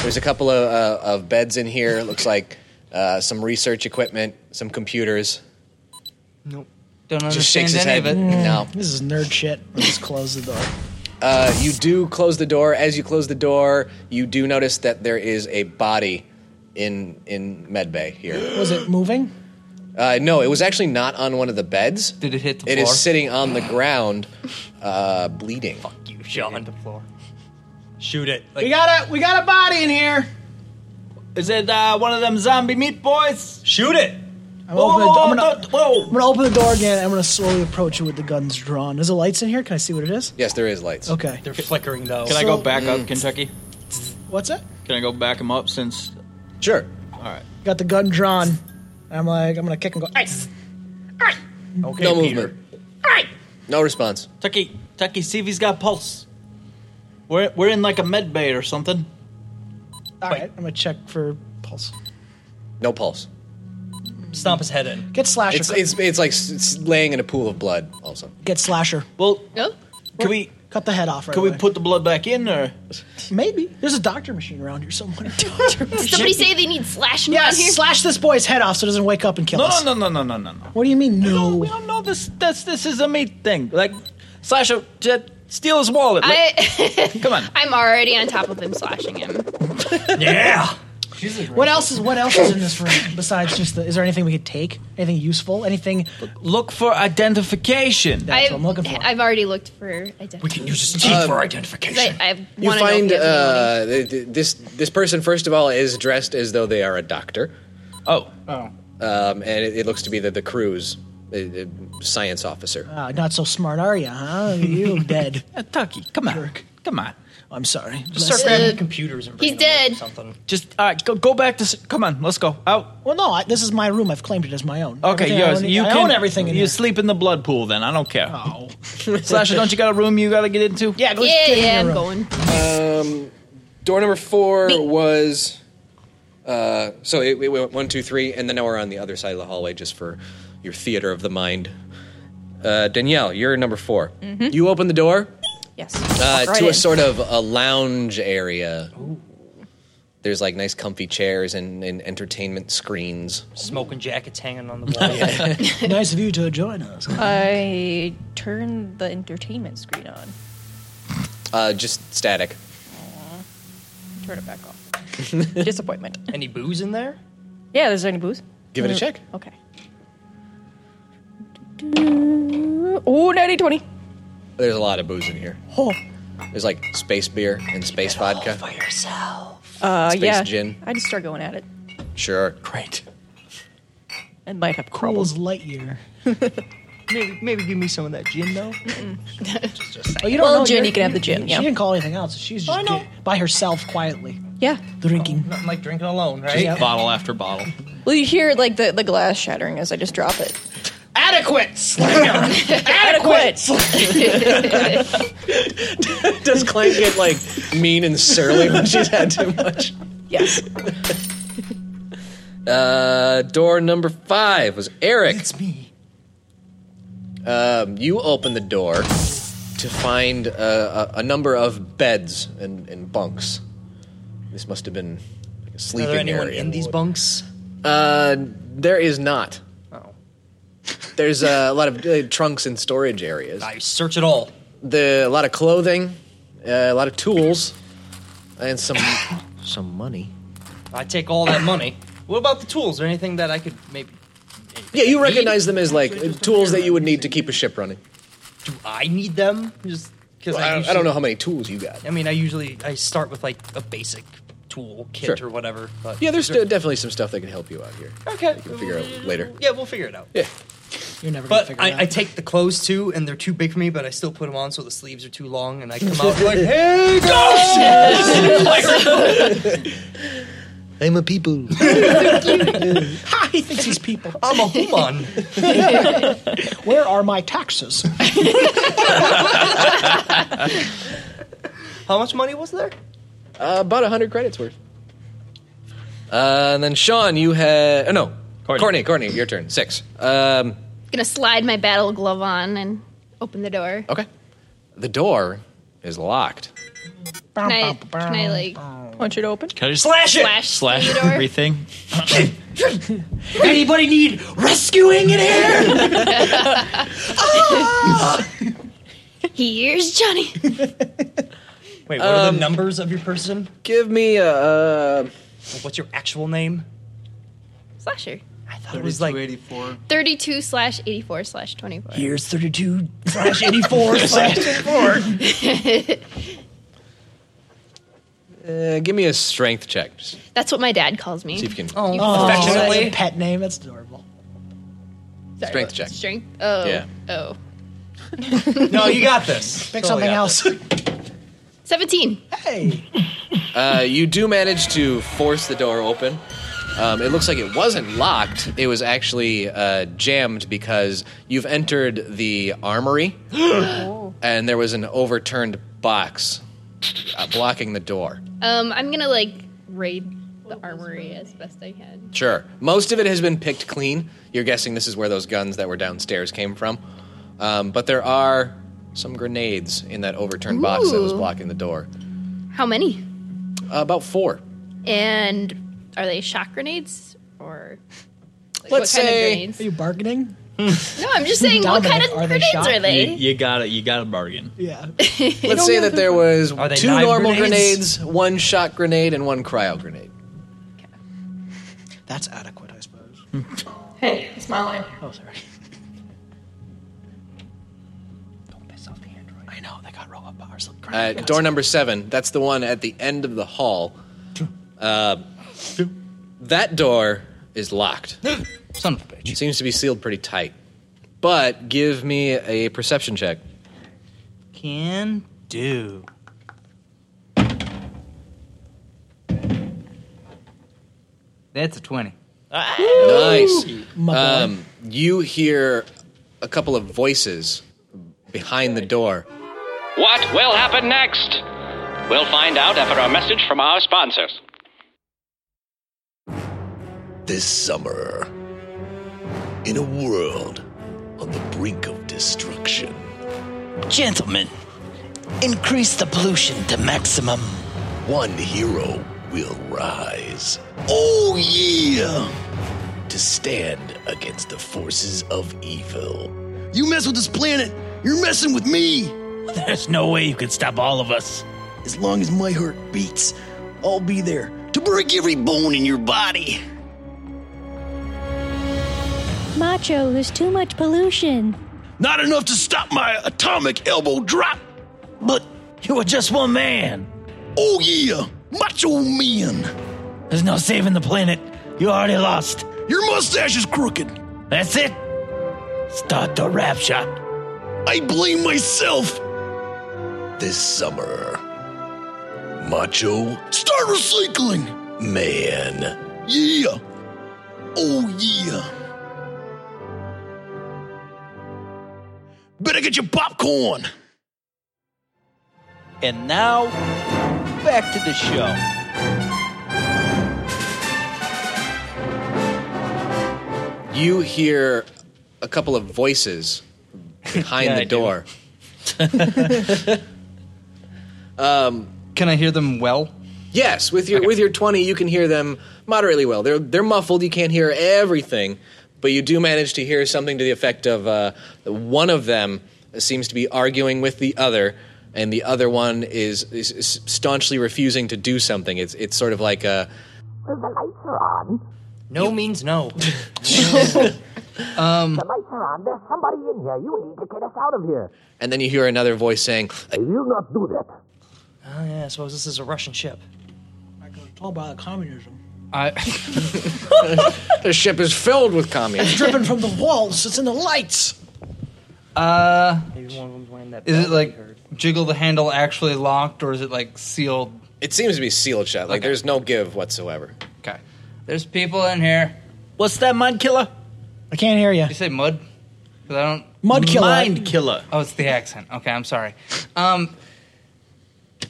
S2: There's a couple of, uh, of beds in here. It looks like uh, some research equipment, some computers.
S10: Nope. Don't
S2: Just shakes his
S10: understand any
S2: head.
S10: of it.
S2: No.
S1: This is nerd shit. Let's just close the door.
S2: Uh, you do close the door. As you close the door, you do notice that there is a body in in medbay here.
S1: Was it moving?
S2: Uh, no, it was actually not on one of the beds. Did
S10: it hit the
S2: It
S10: floor?
S2: is sitting on the ground, uh, bleeding. Fuck
S10: you, Sean. The floor.
S16: Shoot it.
S1: we got a we got a body in here.
S16: Is it uh, one of them zombie meat boys? Shoot it. Oh,
S1: I'm, open the, I'm, gonna, I'm gonna open the door again. and I'm gonna slowly approach it with the guns drawn. Is there lights in here? Can I see what it is?
S2: Yes, there is lights. Mm.
S1: Okay.
S16: They're flickering though. Can I
S1: So-
S16: go back up, Kentucky?
S1: What's that?
S16: Can I go back him up since?
S2: Sure.
S16: All right.
S1: Got the gun drawn. I'm like, I'm gonna kick and go. Hey,
S16: Okay.
S2: no movement. No response.
S16: Tucky, Tucky, see if he's got pulse. We're we're in like a med bay or something.
S1: all right. I'm gonna check for pulse.
S2: No pulse.
S16: Stomp his head in.
S1: Get slasher.
S2: It's it's, it's like s- s- laying in a pool of blood. Also,
S1: Get slasher.
S16: Well,
S4: no.
S16: Can we
S1: cut the head off? Right
S16: Can we
S1: away.
S16: put the blood back in or?
S1: Maybe there's a doctor machine around here somewhere. (laughs)
S4: Somebody say they need slashing
S1: yeah,
S4: around here.
S1: slash this boy's head off so it doesn't wake up and kill
S16: No,
S1: us.
S16: no, no, no, no, no, no.
S1: What do you mean no?
S16: We don't know this. This this is a meat thing. Like, Slasher, j- steal his wallet.
S4: I,
S16: Come
S1: (laughs)
S16: on.
S4: I'm already on top of him, slashing him.
S16: yeah.
S1: What else is what else is in
S16: (laughs)
S1: this room besides just the? Is there anything we could take? Anything useful? Anything?
S16: Look for identification.
S1: That's
S4: I've,
S1: what I'm looking for.
S4: I've already looked for identity. We can
S16: use
S2: his teeth Um, for
S4: identification. I, I
S2: you
S4: want to know if
S2: find
S4: he has a-
S2: uh, th- th- this this person first of all is dressed as though they are a doctor.
S16: Oh.
S10: Oh.
S2: um, and it, it looks to be the the crew's uh, uh, science officer.
S1: Ah, not so smart, are you? Huh?
S16: (laughs)
S1: You dead?
S16: Tucky, come on, come on.
S1: I'm sorry.
S16: Just start grabbing the
S1: computers and
S4: He's dead.
S1: something.
S16: Just all right, go, go back to. s- Come on, let's go out.
S1: Well, no, I, this is my room. I've claimed it as my own.
S16: Okay,
S1: (laughs) Everything I
S16: yours.
S1: own-
S16: You
S1: I
S16: can,
S1: own everything in
S16: You sleep in the blood pool, then. I don't care. Oh, Slasher, don't you got a room you got to get into?
S1: Yeah,
S4: go Yeah, get in yeah, your I'm room.
S2: Um, door number four was. Uh, so it, it went one, two, three, and then now we're on the other side of the hallway just for your theater of the mind. Uh, Danielle, you're number 4
S14: Mhm.
S2: You open the door
S14: Yes.
S2: uh,
S14: Walk right
S2: to
S14: in.
S2: a sort of a lounge area. There's like nice comfy chairs and, and entertainment screens.
S3: Smoking jackets hanging on the wall.
S1: here. (laughs) nice of you to
S16: (laughs)
S1: join us.
S14: I turn the entertainment screen on.
S2: Uh, just static.
S14: Turn it back
S2: (laughs)
S14: off. Disappointment.
S3: Any booze in there?
S14: Yeah, there's any booze. Mm,
S2: Give it a check.
S14: Okay. Ooh, 90 20.
S2: There's a lot of booze in here.
S14: Oh.
S2: There's like space beer and space vodka.
S14: Uh,
S2: Space
S14: yeah.
S2: gin.
S14: I just start going at it.
S2: Sure. (laughs) Great.
S14: And might have
S1: Cool
S14: crumbles. (laughs)
S1: as Lightyear.
S3: Maybe, maybe give me some of that gin though.
S4: (laughs)
S1: Oh, you don't
S14: Well,
S1: know,
S14: gin,
S1: you're-
S14: you can have the gin,
S1: She
S14: yeah.
S1: didn't call anything else. She's
S4: Oh,
S1: just ga- by herself quietly.
S14: Yeah.
S1: Drinking.
S10: Nothing like drinking alone,
S16: Just
S10: right?
S16: bottle after bottle.
S14: Well, you hear like the, the glass shattering as I just drop it.
S1: Adequate.
S14: (laughs)
S1: Slam.
S2: (laughs)
S1: Adequate.
S2: Does Clay get like mean and surly when she's had too much?
S14: Yes.
S2: (laughs) Uh, door number five was Eric. It's me. Um, you open the door to find uh, a, a number of beds and, and bunks. This must have been like a sleeping
S3: Are there anyone
S2: area.
S3: in these bunks? Oh.
S2: Uh, there is not. There's uh, a lot of uh, trunks and storage areas. I
S3: search it all.
S2: The a lot of clothing, uh, a lot of tools, and
S3: (coughs)
S2: some some money.
S3: (laughs) I take all that money. What about the tools or anything that I could maybe?
S2: Yeah, you recognize them as like tools that you would need to keep a ship running.
S3: Do I need them? Just because
S2: Well, I, I don't know how many tools you got.
S3: I mean, I usually I start with like a basic tool kit
S2: Sure.
S3: or whatever. But
S2: Yeah, there's uh, definitely some stuff that can help you out here.
S3: Okay.
S2: We'll figure out later.
S3: Yeah, we'll figure it out.
S2: Yeah.
S1: You're never
S3: But I, I take the clothes too, and they're too big for me, but I still put them on so the sleeves are too long, and
S2: (laughs)
S3: I come out like, hey,
S2: Oh,
S3: (laughs) guys!
S2: (laughs)
S1: I'm a people. ha, (laughs) he thinks
S10: (laughs)
S1: he's people.
S3: I'm a human.
S1: (laughs) Where are
S4: (laughs)
S1: my taxes?
S3: (laughs)
S4: Oh,
S3: How much money was there?
S2: Uh, about 100 credits worth. Uh, and then Sean, you had oh no, Courtney, Courtney, your turn. Six. Um,
S4: Gonna slide my battle glove on and open the door.
S2: okay. The door is locked.
S4: Can I, can I like?
S14: Want you to open?
S16: Can I just
S4: Slash it! Slash
S3: (laughs)
S4: through the door. (laughs)
S16: everything.
S1: Anybody need rescuing in here?
S4: (laughs) Here's Johnny.
S3: Wait, what are
S2: Um,
S3: the numbers of your person?
S2: Give me a. Uh,
S3: What's your actual name?
S4: Slasher.
S3: I thought it was like 84.
S4: Thirty-two slash eighty-four slash twenty-four.
S3: Here's 32
S4: (laughs)
S2: (laughs)
S3: slash 84 slash 84.
S2: Uh, give me a strength check. Just
S4: That's what my dad calls me.
S2: See if you can-
S4: Oh,
S1: Affectionately. pet name. That's adorable.
S2: strength check.
S4: Strength. Oh.
S2: Yeah.
S4: Oh.
S3: No, you got this.
S1: Pick something else.
S4: Seventeen.
S1: Hey.
S2: Uh, you do manage to force the door open. Um, it looks like it wasn't locked. It was actually uh, jammed because you've entered the armory, and there was an overturned box uh, blocking the door.
S4: Um, I'm gonna like raid the armory as best I can.
S2: Sure. Most of it has been picked clean. You're guessing this is where those guns that were downstairs came from. Um, but there are some grenades in that overturned box that was
S4: Ooh.
S2: blocking the door.
S4: How many?
S2: Uh, about four.
S4: And are they shock grenades or? like, what
S1: Let's
S4: kind of
S1: say-
S4: grenades?
S1: Are you bargaining?
S4: (laughs) No, I'm just saying, what kind
S1: Dominic,
S4: of
S1: are they
S4: grenades
S1: shock-
S4: are
S16: You,
S4: they?
S16: you got it. You got a bargain.
S1: Yeah.
S2: Let's say that there was
S16: they
S2: two
S16: knife
S2: normal
S16: grenades?
S2: grenades? one shot grenade, and one cryo grenade.
S1: That's adequate, I suppose.
S13: (gasps) Hey, it's my line.
S1: Oh, sorry. I know they got robot powers. Look,
S2: Uh, door number seven. That's the one at the end of the hall. Uh, that door is locked. Son of a bitch. seems to be sealed pretty tight. But give me a perception check.
S10: Can do. That's a 20.
S2: Nice.
S10: My boy.
S2: Um, you hear a couple of voices behind the door.
S7: What will happen next? We'll find out after a message from our sponsors.
S18: This summer, in a world on the brink of destruction,
S5: Gentlemen, increase the pollution to maximum.
S18: one hero will rise. Oh, yeah! To stand against the forces of evil.
S5: You mess with this planet, you're messing with me. There's no way you can stop all of us. As long as my heart beats, I'll be there to break every bone in your body.
S19: Macho, there's too much pollution.
S5: Not enough to stop my atomic elbow drop. But you are just one man. Oh, yeah, macho man. There's no saving the planet. You already lost. Your mustache is crooked. That's it. Start the rap shot. I blame myself.
S18: This summer, Macho Start Recycling Man. Yeah!
S5: Oh, yeah. Better get your popcorn.
S6: And now, back to the show.
S2: You hear a couple of voices behind
S10: (laughs) Yeah,
S2: the
S10: I do.
S2: door.
S10: (laughs) Um, can I hear them well?
S2: Yes, with your with your twenty, you can hear them moderately well. They're they're muffled; you can't hear everything, but you do manage to hear something to the effect of uh, one of them seems to be arguing with the other, and the other one is, is staunchly refusing to do something. It's it's sort of like a
S3: The lights are on. No means
S2: um,
S3: no. the lights are on. There's somebody in here. You need to get us out of here.
S2: and then you hear another voice saying, "I will not do that."
S3: Oh, yeah, I suppose this is a Russian ship.
S1: Told by the communism.
S2: I (laughs) the ship is filled with
S1: It's
S2: communists.
S1: dripping from the walls. It's in the lights.
S10: Uh,
S3: Maybe one of them's wearing that.
S10: is it like jiggle the handle actually locked or is it like sealed?
S2: It seems to be sealed shut. Like there's no give whatsoever.
S10: Okay. There's people in here.
S6: What's that, mud killer?
S1: I can't hear you.
S10: You say mud? 'Cause I don't.
S1: Mud killer.
S6: Mind killer.
S10: Oh, it's the accent. Okay, I'm sorry. Um,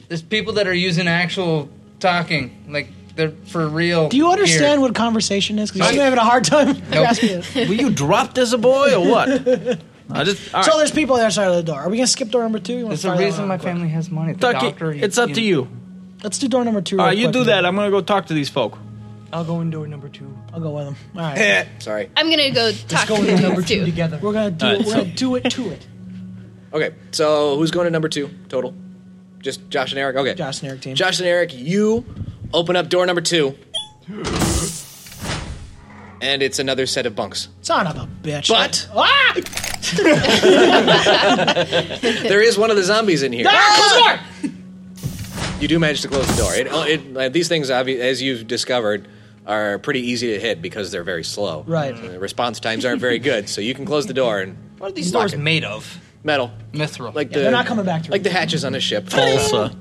S10: there's people that are using actual talking, like they're for real.
S1: Do you understand what conversation is? Because
S10: Nope.
S1: you're having a hard time grasping it.
S6: Were you dropped as a boy or
S1: (laughs)
S6: what? I just. all
S1: So
S6: right.
S1: there's people on the other side of the door. Are we gonna skip door number two? You wanna
S10: There's a
S1: fire that
S10: reason
S1: one
S10: my
S1: out quick?
S10: family has money. The
S6: Tucky,
S10: doctor,
S6: it's up to you.
S1: Let's do door number two.
S6: All
S1: real
S6: right, you
S1: quick.
S6: do that. I'm gonna go talk to these folk.
S1: I'll go in door number two. I'll go with them. All right.
S2: (laughs) Sorry.
S4: I'm gonna go talk to the number two.
S1: together. We're gonna do
S2: All right,
S1: it. We're
S2: so-
S1: gonna do it to it.
S2: Okay, so who's going to number two total? Just Josh and Eric. Okay,
S1: Josh and Eric team.
S2: Josh and Eric, you open up door number two, and it's another set of bunks.
S1: Son of a bitch.
S2: But-
S1: ah!
S2: there is one of the zombies in here.
S1: Ah,
S2: You do manage to close the door. It, it, uh, these things, obvi- as you've discovered, are pretty easy to hit because they're very slow.
S1: Right.
S2: Uh, response times aren't very good, so you can close the door and
S10: What are
S1: these doors
S10: made of?
S2: metal,
S10: mithril.
S2: Like
S1: Yeah,
S2: the
S1: they're not coming back to
S2: like the hatches on a ship.
S6: Tulsa.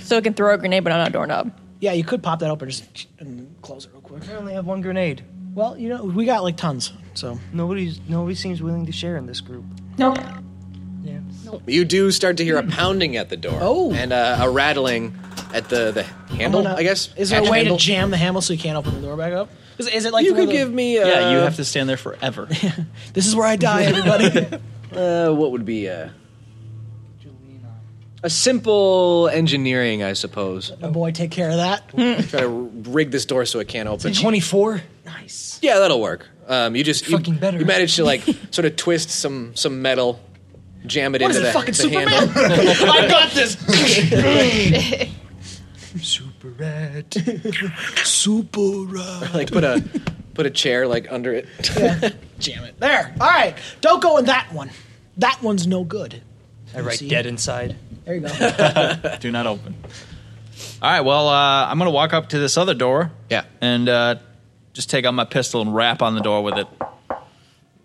S20: So it can throw a grenade, but not a doorknob.
S1: Yeah, you could pop that open just and close it real quick.
S3: I only have one grenade.
S1: Well, you know we got like tons, so
S3: nobody's nobody seems willing to share in this group.
S1: Nope.
S2: You do start to hear a pounding at the door.
S1: Oh.
S2: And uh, a rattling at the, the handle,
S1: wanna-
S2: I guess.
S1: Is there a
S2: Hatch
S1: way
S2: handle?
S1: to jam the handle so you can't open the door back up? Is, is it like
S2: You
S1: one
S2: could
S1: of the-
S2: give me, uh,
S6: Yeah, you have to stand there forever.
S1: This is where I die, (laughs) everybody.
S2: Uh, what would be a. A simple engineering, I suppose.
S1: My Oh, boy, take care of that.
S2: Try to rig this door so it can't open.
S1: Twenty-four.
S2: Yeah, that'll work. Um, you just fucking you, better. You manage to
S1: (laughs)
S2: like sort of twist some some metal, jam it
S1: What
S2: into
S1: is it,
S2: the, the
S1: fucking Superman?
S2: handle.
S1: (laughs) I got this.
S5: (laughs) Super
S1: (laughs)
S5: rat. Super
S2: (laughs)
S5: rat.
S2: like put a put a chair like under it. (laughs)
S1: Jam it. There. All right. Don't go in that one. That one's no good.
S3: I write
S1: See?
S3: dead inside.
S1: There you go.
S6: (laughs) Do not open. All right. Well, uh, I'm gonna walk up to this other door.
S2: Yeah.
S6: And uh,
S16: just take out my pistol and rap on the door with it.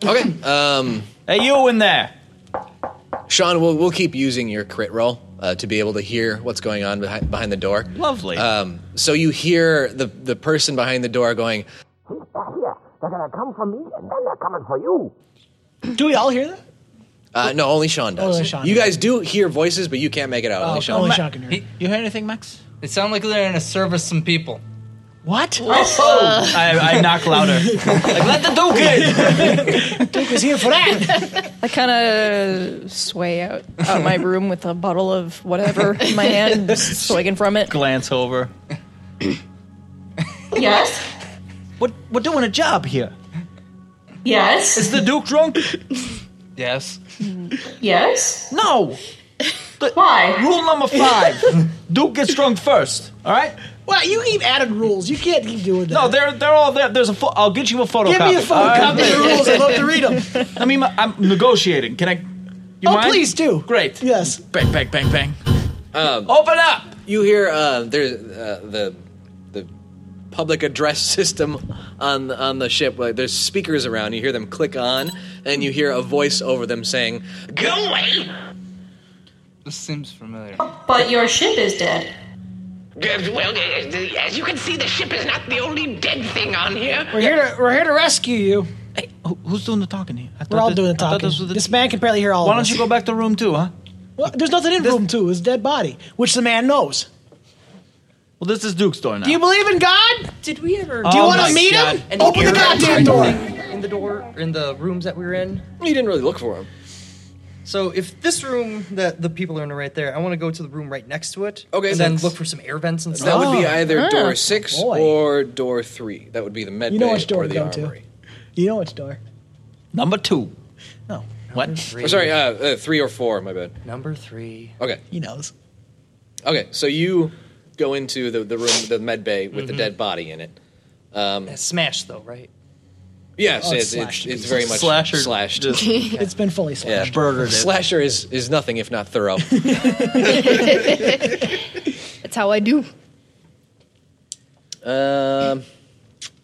S2: Okay. Um,
S16: hey, you in there?
S2: Sean, we'll, we'll keep using your crit roll uh, to be able to hear what's going on behind, behind the door.
S16: Lovely.
S5: Uh,
S2: Um, so you hear the, the person behind the door going,
S5: He's back here. They're gonna come for me, and then they're coming for you.
S1: Do we all hear that?
S2: uh, no, only Sean does.
S1: Only Sean
S2: you guys do hear voices, but you can't make it out.
S1: Oh,
S2: only Sean.
S10: you hear anything, Max? It sounded like they're in a service some people.
S1: What?
S10: Oh.
S16: (laughs) (laughs) I, I knock
S1: (laughs)
S16: louder.
S10: Like, let the Duke
S1: Duke was here for that.
S14: I kind of sway out, out my room with a bottle of whatever in my hand, just swagging from it.
S16: Glance over.
S13: Yes.
S16: What? We're doing a job here.
S13: Yes.
S16: Is the Duke
S6: (laughs)
S16: drunk?
S10: Yes.
S13: Yes.
S16: No.
S13: Why?
S16: Rule number five:
S1: (laughs)
S16: Duke gets drunk first. All right.
S1: Well, you keep adding rules. You can't keep doing that.
S16: No, they're they're all there. There's a. Fo- I'll get you a photocopy.
S1: Give me a
S16: All right?
S1: photocopy of the rules. I'd love to read them.
S16: (laughs) I mean, I'm negotiating. Can I? You
S1: oh,
S16: mind?
S1: please do.
S16: Great.
S1: Yes.
S16: Bang, bang, bang, bang.
S2: Um,
S16: Open up!
S2: You hear uh, there's uh, the the public address (laughs) system on the, on the ship. Like, there's speakers around. You hear them click on, and you hear a voice over them saying, "Go away."
S10: This seems familiar.
S13: But your ship is dead.
S5: Well, uh, as you can see, the ship is not the only dead thing on here.
S1: We're here to we're here to rescue you.
S16: who's doing the talking here?
S1: we're all doing the talking. This, man can barely hear all.
S16: Why
S1: of
S16: don't
S1: us.
S16: you go back to room two, huh?
S1: Well, there's nothing in room two. It's a dead body, which the man knows.
S16: Well, this is Duke's door now.
S1: Do you believe in God?
S3: Did we ever?
S1: Do
S16: Oh
S1: you want to meet him? Open the goddamn door.
S3: In the door, or in the rooms that we were in.
S2: You didn't really look for him.
S3: So if this room that the people are in are right there, I want to go to the room right next to it.
S2: Okay,
S3: and then
S2: thanks.
S3: look for some air vents and stuff.
S2: That would be
S1: Oh. Ah.
S2: either door six or door three. That would be the med
S1: You know
S2: bay
S1: which door
S2: or
S1: to
S2: the
S1: go
S2: armory.
S1: to. You know which door.
S16: Number two.
S1: No.
S16: What?
S2: Or sorry, uh, uh, three or four. My bad.
S3: Number three.
S2: Okay.
S1: He knows.
S2: Okay, so you go into the, the room, the med bay with the dead body in it. Um,
S3: That's smashed though,
S2: (laughs)
S3: right?
S2: Yes,
S1: Oh,
S2: it's,
S1: it's
S2: it's,
S1: slashed.
S2: it's very much
S16: Slasher.
S2: slashed.
S3: (laughs)
S1: (laughs) it's been fully
S2: Yeah,
S1: slashed.
S16: burger.
S2: Slasher is, is nothing if
S16: (laughs)
S2: not thorough.
S4: That's how I do.
S2: Um,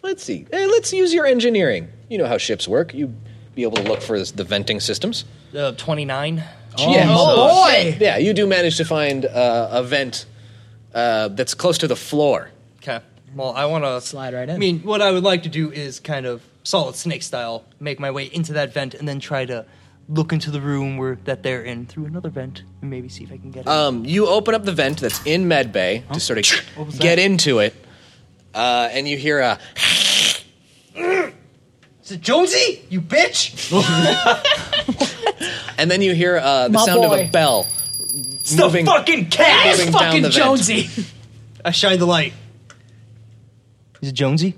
S2: let's see. Eh, let's use your engineering. You know how ships work. You be able to look for this, the venting systems.
S3: Uh, Twenty nine.
S2: Oh,
S1: Oh,
S3: oh,
S2: boy! Yeah, you do manage to find uh, a vent uh, that's close to the floor.
S3: Okay. Well, I want to slide
S1: right
S3: in. I mean, what I would like to do is kind of solid snake style, make my way into that vent, and then try to look into the room where that they're in through another vent, and maybe see if I can get it.
S2: Um, you open up the vent that's in med bay to sort
S3: (laughs) What was
S2: of get
S3: that?
S2: into it, uh, and you hear a.
S3: (laughs) Is it Jonesy? You bitch!
S2: (laughs) and then you hear uh, the
S3: My
S2: sound of
S3: boy.
S2: a bell.
S3: It's the fucking cat!
S2: moving
S3: It's
S2: down
S3: fucking
S2: the vent.
S3: Jonesy. I shine the light. Is it Jonesy?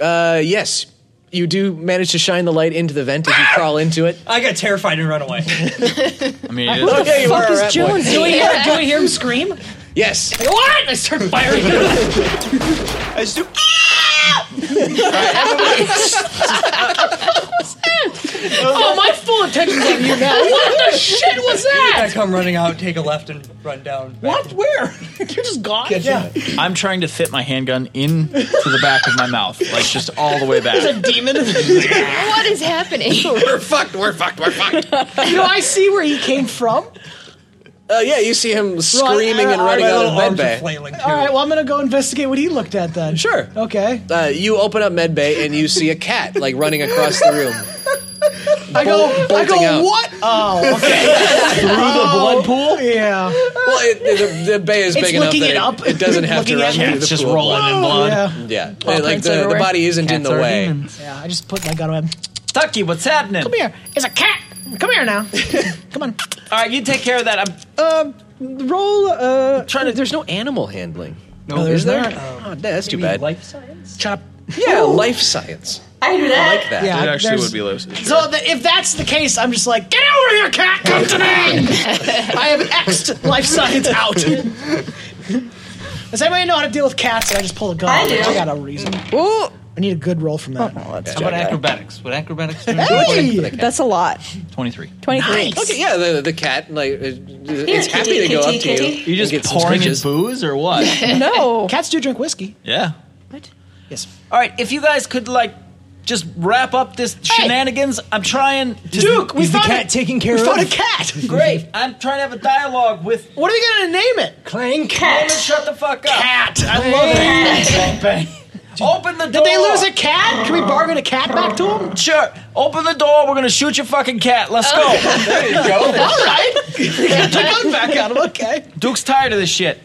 S2: Uh, yes. You do manage to shine the light into the vent as you crawl into it.
S3: I got terrified and ran away.
S16: I mean,
S3: it Who is- the
S2: Okay, you
S3: fuck
S2: are
S3: is
S2: at
S3: Jones
S2: point.
S1: Do we hear, do we hear him scream? I
S2: Yes.
S1: go, what? And I start firing.
S16: (laughs)
S1: Ah!
S16: I just do.
S1: (laughs) oh, my full attention's on you
S2: (laughs)
S1: now. What
S3: (laughs)
S1: the shit was
S3: I
S1: that?
S3: come running out, take a left, and run down. back
S1: What? Where? You're just gone. Yeah.
S16: I'm trying to fit my handgun in to the back of my mouth, like just all
S1: (laughs)
S16: the way back.
S1: demon.
S2: (laughs)
S4: What is happening?
S2: we're fucked. We're fucked. We're fucked.
S1: (laughs) You know, I see where he came from.
S2: Uh, yeah, you see him screaming
S1: I-
S2: and
S1: I-
S2: running
S1: my
S2: out of
S1: little
S2: med
S1: arms are
S2: bay.
S1: All right, well, I'm going to go investigate what he looked at then.
S2: Sure.
S1: Okay.
S2: Uh, you open up med bay and you see a cat like running across the room.
S1: I go,
S2: Bolt-
S1: I go,
S2: bolting out.
S1: what? Oh, okay. (laughs)
S2: Through
S1: Oh,
S2: the blood pool?
S1: Yeah.
S2: Well, it, the, the bay is
S1: It's
S2: big enough
S1: looking
S2: that
S1: it
S2: it,
S1: up.
S2: it doesn't have to
S1: Looking
S2: run
S1: at it.
S2: through the
S1: It's just
S2: pool of
S1: rolling in blood.
S2: Yeah, yeah. Uh, like the, the body isn't in the way.
S1: Yeah, I just put my gun on him.
S16: Tucky, what's happening?
S1: Come here. It's a cat. Come
S16: (laughs)
S1: here now.
S16: All right, you take care of that. I'm
S2: Um, roll. Uh, trying to. There's no animal handling.
S1: No, there's
S2: is there?
S1: not.
S2: Oh, that's too bad.
S3: Life science?
S2: (laughs)
S1: Chop.
S2: Yeah, life science.
S13: I can do that.
S2: like that.
S1: Yeah, It actually there's- would be
S16: loose.
S1: So that if that's the case, I'm just like, get over here, cat. Come
S16: (laughs)
S1: to me. I have X'd life science out. Does anybody know how to deal with cats? And I just pull a gun.
S13: I do.
S1: I got a reason.
S14: Ooh.
S1: I need a good roll from that.
S16: Oh.
S1: (laughs)
S10: How about acrobatics? Would acrobatics? do
S14: Hey,
S10: anything?
S14: that's a
S1: (laughs)
S14: lot.
S16: Twenty-three.
S14: 23.
S2: Okay, yeah, the, the cat like uh, it's happy to go up to you.
S16: You just
S2: get some
S16: pouring in
S2: (laughs) scritches.
S16: booze or what?
S14: No.
S1: Cats do drink whiskey.
S16: yeah.
S1: Yes.
S6: All right, if you guys could like just wrap up this shenanigans, I'm trying. To,
S1: Duke, we
S6: Is
S1: found a- we found a cat.
S6: (laughs) Great. I'm trying to have a dialogue with.
S1: What are we gonna name it?
S6: Clang
S1: Cat.
S6: Roman, shut the fuck up.
S1: Cat. I love it.
S6: Bang, bang. Open the door.
S1: Did they lose a cat? Can we bargain a cat back to him?
S6: Sure. Open the door. We're gonna shoot your fucking cat. Let's go.
S1: Oh. There
S6: (laughs)
S1: you go. All (laughs) right.
S6: Get
S1: the gun back out of him. Okay.
S6: Duke's tired of this shit.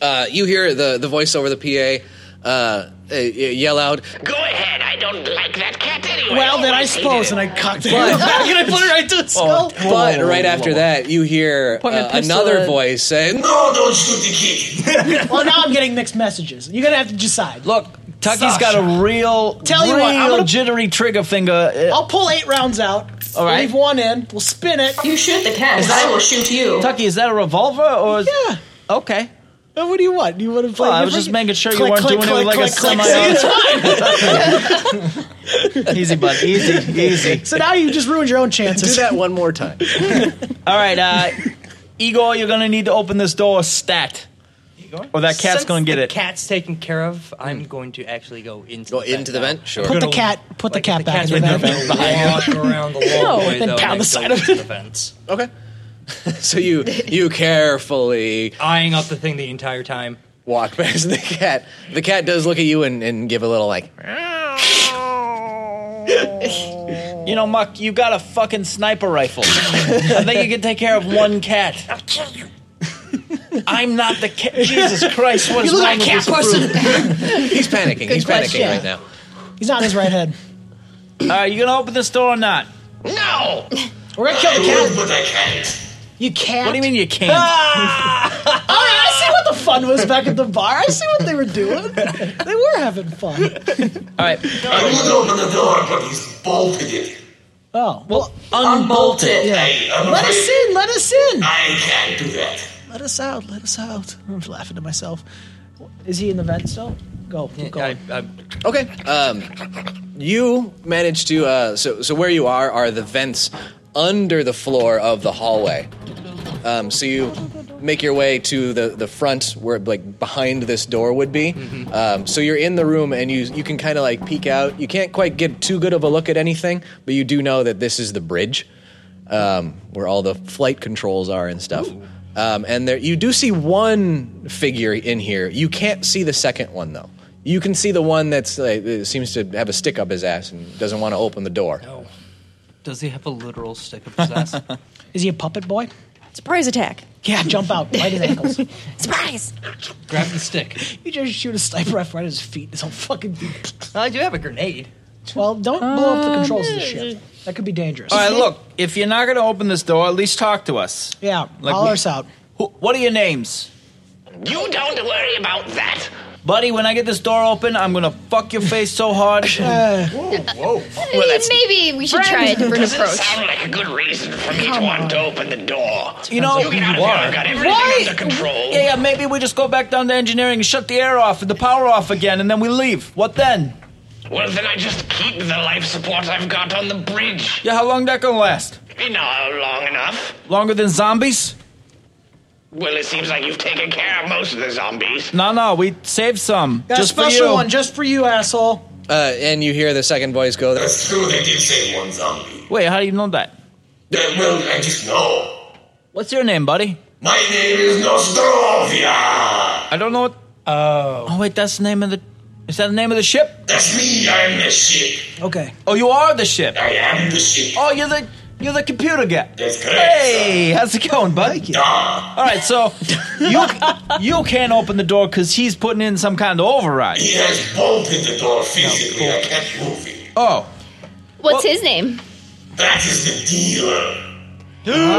S2: Uh, you hear the the voice over the PA uh, uh, yell out.
S5: Go ahead. I don't like that cat anyway.
S1: Well, then I
S5: Always hated
S1: suppose,
S5: it.
S1: and I cocked
S2: (laughs)
S1: it.
S2: But-
S1: (laughs) Can I put it right to the skull?
S2: But right after that, you hear
S1: Point my
S2: uh,
S1: pistol
S2: another
S1: at-
S2: voice say,
S1: No, don't shoot the kid. well, now I'm getting mixed messages. You're gonna have to decide.
S6: Look, Tucky's
S1: Sasha.
S6: got a real,
S1: Tell you
S6: real
S1: what, I'm gonna-
S6: jittery trigger finger. Uh,
S1: I'll pull eight rounds out.
S6: All right.
S1: Leave one in. We'll spin it.
S13: You shoot the cat,
S6: Is that-
S13: I will shoot you.
S6: Tucky, is that a revolver or? Is, yeah. Okay.
S1: Uh, What do you want? You want to play?
S6: Well, I was
S1: different-
S6: just making sure you
S1: Click,
S6: weren't
S1: click,
S6: doing it
S1: click,
S6: with like a
S1: click, click.
S6: semi.
S1: (laughs)
S6: easy, bud. Easy, easy.
S1: So now you just ruined your own chances. Do that
S2: one more time.
S6: All right, uh, Igor, you're gonna need to open this door, stat. Or Oh, that cat's
S3: Since
S6: gonna get
S3: the
S6: it.
S3: Cat's taken care of. I'm going to actually go into
S2: Go
S3: the vent
S2: into the
S3: now.
S2: vent? Sure.
S1: Put the cat. Put the cat back in the bag.
S3: Walk around the long
S1: No,
S3: way
S1: then
S3: though, and
S1: pound the
S3: go
S1: side of
S3: into the vents.
S2: Okay. so you you carefully
S3: eyeing up the thing the entire time.
S2: Walk past the cat. The cat does look at you and, and give a little like.
S6: You know, Muck, you got a fucking sniper rifle. I think you can take care of one cat. I'll kill you. I'm not the cat. Jesus Christ, what is
S1: You look
S6: wrong
S1: like a
S6: with
S1: cat
S6: this
S1: person.
S6: group?
S2: He's panicking.
S1: Good He's panicking question. right now. He's not in his right head.
S6: All right, Uh, you gonna open this door or not?
S5: No!
S1: We're gonna kill the cat.
S5: But I can't.
S1: You can't.
S6: What do you mean you can't?
S1: All right, I see what the fun was back at the bar. I see what they were doing. They were having fun.
S6: All
S5: I
S6: right.
S5: would open the door, but he's bolted it.
S1: Oh, well,
S5: unbolt it. Hey,
S1: Yeah.
S5: I'm
S1: Let us
S5: afraid-
S1: in. Let us in.
S5: I can't do that.
S1: Let us out. Let us out. I'm laughing to myself. Is he in the vent still? Go. keep going.
S2: Okay. Um, you manage to uh, so so where you are are the vents under the floor of the hallway. Um, so you make your way to the, the front where like behind this door would be.
S3: Mm-hmm.
S2: Um, so you're in the room and you you can kind of like peek out. You can't quite get too good of a look at anything, but you do know that this is the bridge um, where all the flight controls are and stuff. Um, and there, you do see one figure in here. You can't see the second one though. You can see the one that's like, that seems to have a stick up his ass and doesn't want to open the door.
S3: Does he have a literal
S10: (laughs)
S3: stick up his ass?
S1: Is he a puppet boy?
S14: Surprise attack.
S1: Yeah, jump out. Bite
S6: (laughs)
S1: his ankles.
S14: Surprise.
S3: Grab the stick.
S1: You just shoot a sniper rifle right at his feet. This whole fucking feet.
S3: I do have a grenade.
S1: Well, don't blow up the controls of the ship. That could be dangerous.
S6: All right, look, if you're not gonna open this door, at least talk to us.
S1: Yeah,
S6: Like,
S1: holler
S6: wh-
S1: us out.
S6: Who, what are your names?
S5: You don't worry about that.
S6: Buddy, when I get this door open, I'm gonna fuck your face so hard.
S1: (laughs) Uh,
S6: whoa,
S4: (laughs)
S6: whoa.
S4: I mean, maybe we should try a different
S5: Doesn't
S4: approach.
S5: sound like a good reason for me to want to open the door.
S6: You know,
S5: you get out of here. I've got everything
S6: Why?
S5: under control.
S6: Yeah, yeah, maybe we just go back down to engineering and shut the air off and the power off again, and then we leave. What then?
S5: Well, then I just keep the life support I've got on the bridge.
S6: Yeah, how long that gonna last?
S5: You know, long enough.
S6: Longer than zombies?
S5: Well, it seems like you've taken care of most of the zombies.
S6: No, no, we saved some.
S1: Got
S6: just
S1: a special
S6: for you.
S1: one just for you, asshole.
S2: Uh, and you hear the second voice go.
S5: That's true, they did save one zombie.
S6: Wait, how do you know that?
S5: Well, I just know.
S6: What's your name, buddy?
S5: My name is Nostrovia.
S6: I don't know what. Oh. Oh wait, that's the name of the. Is that the name of the ship?
S5: That's me, I'm the ship.
S1: Okay.
S6: Oh, you are the ship.
S5: I am the ship.
S6: Oh, you're the you're the computer guy.
S5: That's correct.
S6: Hey, how's it going, buddy? All right, so you you can't open the door because he's putting in some kind of override.
S5: He has bolted the door physically. I can't move it.
S6: Oh,
S4: What's his name?
S5: That is the dealer.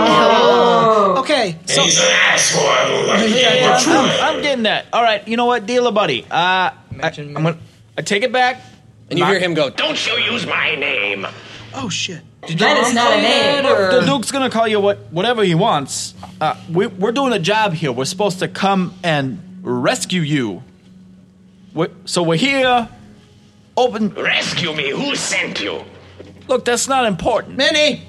S13: Oh.
S1: Okay.
S5: And he's an asshole. I don't like
S6: yeah,
S5: him.
S6: yeah, Um,
S5: But
S6: I'm, I'm getting that. All right, you know what, dealer buddy? Uh, I, I'm gonna I take it back.
S2: And you hear him go.
S5: Don't you use my name.
S1: Oh shit.
S13: That is not a name.
S6: The Duke's gonna call you what whatever he wants. Uh, we, we're doing a job here. We're supposed to come and rescue you. we so we're here. Open.
S5: Rescue me. Who sent you?
S6: Look, that's not important.
S1: (laughs) Minnie.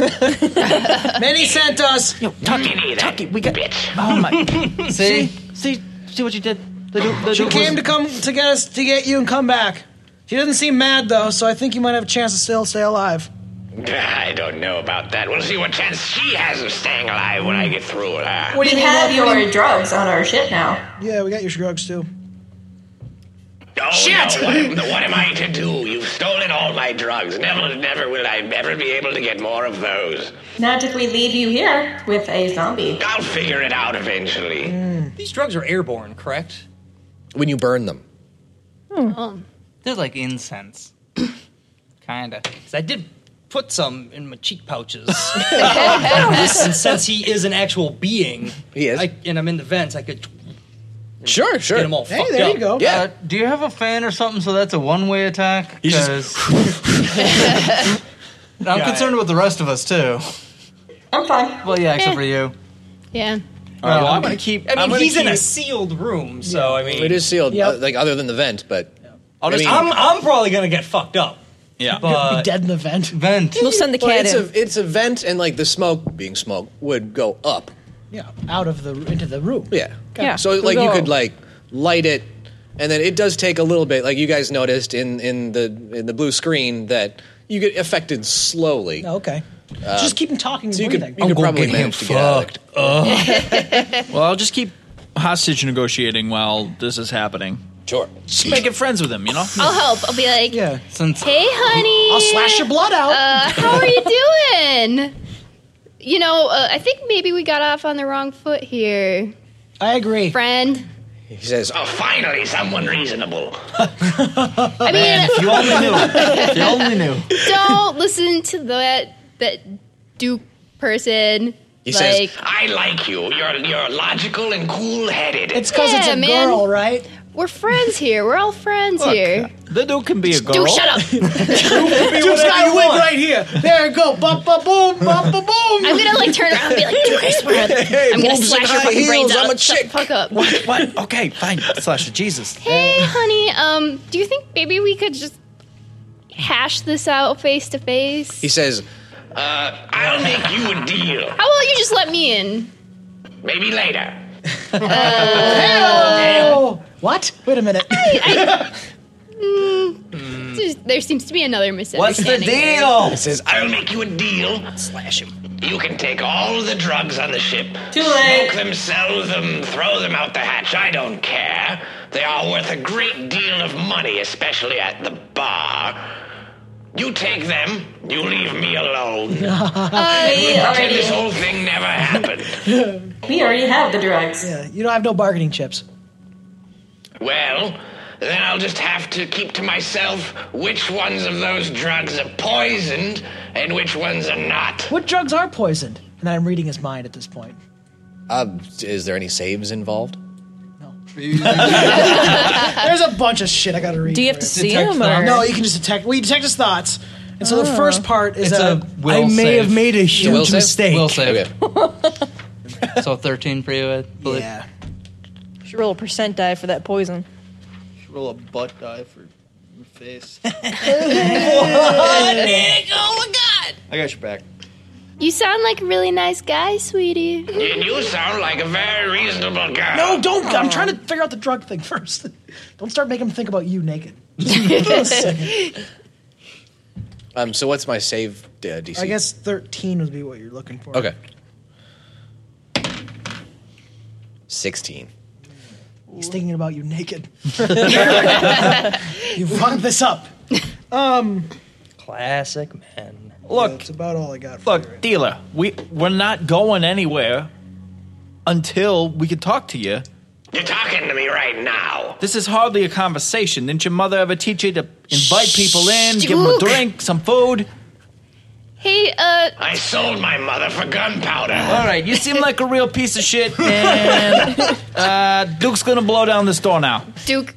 S1: Minnie sent us. Oh, (laughs)
S6: Yo, Tucky, Tucky, we got. Oh my. see, see, see what you did.
S1: The Duke, the
S16: She
S1: Duke
S16: came to
S1: was- come to get us to get you and come back. She doesn't seem mad though, so I think you might have a chance to still stay alive.
S5: (laughs) I don't know about that. We'll see what chance she has of staying alive when I get through with her.
S1: What do
S13: We
S1: you mean,
S13: have
S1: what- what do you
S13: your
S1: mean?
S13: drugs on our ship now.
S1: Yeah, we got your drugs too.
S5: Oh,
S1: Shit!
S5: No. What, am, what am I to do? You've stolen all my drugs. Never, never will I ever be able to get more of those.
S13: Not if we leave you here with a zombie.
S5: I'll figure it out eventually.
S3: These drugs are airborne, correct?
S2: When you burn them.
S4: Oh.
S3: They're
S10: (coughs)
S3: like incense. Kinda. 'Cause I did put some in my cheek (laughs) pouches. and since he is an actual being,
S2: he is.
S3: I, and I'm in the vents, I could.
S2: Sure, sure.
S3: Get them all
S2: Hey,
S3: fucked
S2: there
S3: up.
S2: you go. Yeah.
S10: Uh, do you have a fan or something so that's a one way attack?
S16: You just-
S3: (laughs)
S10: 'Cause- I'm
S16: Yeah.
S10: concerned with the rest of us too.
S13: I'm fine.
S10: Well, yeah, except
S4: Eh.
S10: for you. Um,
S4: Yeah.
S10: All right, well, I'm
S2: gonna keep.
S3: I mean,
S2: I'm gonna
S3: he's in a
S2: keep-
S3: sealed room, so I mean,
S2: it is sealed, uh, like other than the vent, but
S3: I'll
S2: I
S3: just,
S2: mean-
S3: I'm, I'm probably gonna get fucked up.
S16: Yeah,
S3: but
S1: dead in the vent.
S10: Vent.
S1: We'll send the
S2: Well,
S1: cat
S2: it's
S1: in.
S2: A, it's a vent, and like the smoke being smoke would go up.
S1: Yeah, out of the into the room.
S2: Yeah.
S1: Okay. Yeah,
S2: So
S1: we'll
S2: like you
S1: go.
S2: could like light it, and then it does take a little bit. Like you guys noticed in in the in the blue screen that you get affected slowly.
S1: Oh, Okay.
S2: Um,
S1: Just keep him talking.
S2: so you
S1: breathing.
S2: could, you could probably manage to get out of it.
S6: well, I'll just keep hostage negotiating while this is happening.
S2: Sure.
S6: Just making friends with him, you know?
S4: I'll help. I'll be like,
S6: Since
S4: hey, honey.
S6: I'll slash
S1: your blood out.
S4: Uh, how are you doing? You know, uh, I think maybe we got off on the wrong foot here.
S1: I agree.
S4: Friend.
S2: He says,
S5: "Oh, finally, someone reasonable."
S1: Oh,
S4: I mean,
S5: if you only knew. If you only
S6: knew.
S4: don't listen to that that Duke person.
S5: He
S4: like,
S5: says, "I like you. You're you're logical and cool-headed."
S4: yeah, man.
S1: right?
S4: We're friends here. We're all friends
S6: Look,
S4: here.
S6: The dude can be a girl.
S4: Duke, shut
S6: (laughs)
S4: up.
S1: Duke's got a wig right here. There you go. Bum, bum, boom, bum, bum, boom.
S4: I'm gonna like
S6: (laughs)
S4: turn around and be like, Duke, I swear, I'm gonna
S1: boobs and
S4: slash your
S1: high
S4: fucking brains
S1: heels,
S4: out.
S1: I'm a
S4: Shut the fuck up.
S16: What? what? Okay, fine. Slash Jesus.
S4: Hey, honey. Um, do you think maybe we could just hash this out face to face?
S2: He says,
S5: Uh, I'll make you a deal.
S4: How about you just let me in?
S5: Maybe later.
S1: Hey-o. What? Wait a minute. (laughs)
S4: Mm. There's- There seems to be another
S5: What's
S4: misunderstanding.
S5: the
S4: here.
S5: deal? says, I'll make you a deal. Slash him. You can take all the drugs on the ship.
S13: Too late.
S5: Smoke them, sell them, throw them out the hatch. I don't care. They are worth a great deal of money, especially at the bar. You take them, you leave me alone.
S1: (laughs)
S5: And we
S13: we
S5: pretend this
S13: already
S5: whole thing never happened.
S13: we already have the drugs.
S1: Yeah, you don't have no bargaining chips.
S5: Well, then I'll just have to keep to myself which ones of those drugs are poisoned and which ones are not.
S1: What drugs are poisoned? And I'm reading his mind at this point.
S2: uh, "Is there any saves involved?"
S1: (laughs) There's a bunch of shit I gotta read.
S14: Do you have
S1: for
S14: to see Detect him, thoughts? or-
S1: No, you can just detect. We detect his thoughts. And so
S14: Oh.
S1: the first part is
S10: It's
S1: a,
S10: a will
S1: I may
S10: save.
S1: have made a huge
S10: Will save?
S1: mistake.
S10: Will save. so 13 for you, I believe.
S1: Yeah.
S14: Should roll a percent die for that
S1: (laughs)
S14: poison.
S16: Roll a butt die for your
S4: (laughs)
S16: face.
S4: Nick, oh my god!
S16: I got your back.
S4: You sound like a really nice guy, sweetie.
S5: And you sound like a very reasonable guy.
S1: No, don't. I'm trying to figure out the drug thing (laughs) first. Don't start making him think about you naked. (laughs)
S10: (laughs)
S2: Um, so what's my save uh, DC?
S1: I guess 13 would be what you're looking for.
S2: Okay. Sixteen.
S1: He's thinking about you naked. (laughs) you fucked this up. Um,
S3: Classic man.
S6: Look.
S1: that's about all I got. For
S6: Look, dealer, we, we're not going anywhere until we can talk to you.
S5: You're talking to me right now.
S6: This is hardly a conversation. Didn't your mother ever teach you to invite people in, give them a
S5: Duke.
S6: drink, some food?
S4: Hey, uh,
S5: I sold my mother for gunpowder.
S6: All right, you seem like a real piece of shit, and uh, Duke's gonna blow down this door now.
S4: Duke.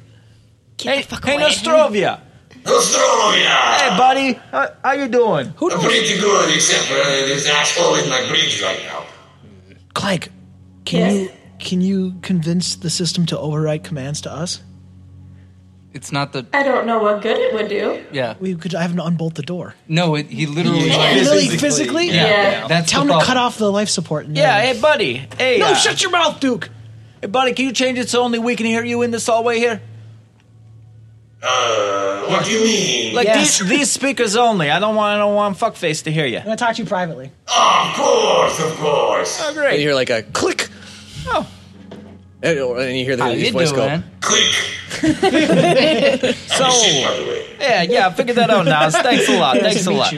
S6: hey, hey, Nostrovia.
S10: Nostrovia!
S6: Hey, buddy, how, how you doing? Who
S10: I'm pretty good, except for uh, this asshole in my bridge right now.
S1: Clegg, can you can you convince the system to overwrite commands to us?
S10: It's not the.
S13: I don't know what good it would do.
S10: Yeah.
S1: We could have him unbolt the door.
S10: No, it, he literally.
S1: Yeah, really, physically?
S10: Yeah.
S1: Tell
S10: the
S1: him to
S10: problem.
S1: cut off the life support. uh,
S6: Yeah, hey, buddy. Hey,
S1: no,
S6: uh,
S1: shut your mouth, Duke.
S21: Hey, buddy, can you change it so only we can hear you in this hallway here?
S5: Uh, what do you mean?
S6: Like these, these speakers only. I don't want I don't want fuckface to hear you.
S1: I'm gonna talk to
S6: (laughs)
S1: you privately.
S5: Of course, of course.
S6: Oh, great.
S2: You hear like a click.
S6: Oh.
S2: And and you hear the,
S6: How
S2: his
S6: you
S2: voice go.
S6: doing?
S1: so
S6: yeah, yeah, I figured that out now. Thanks a lot. Thanks a lot.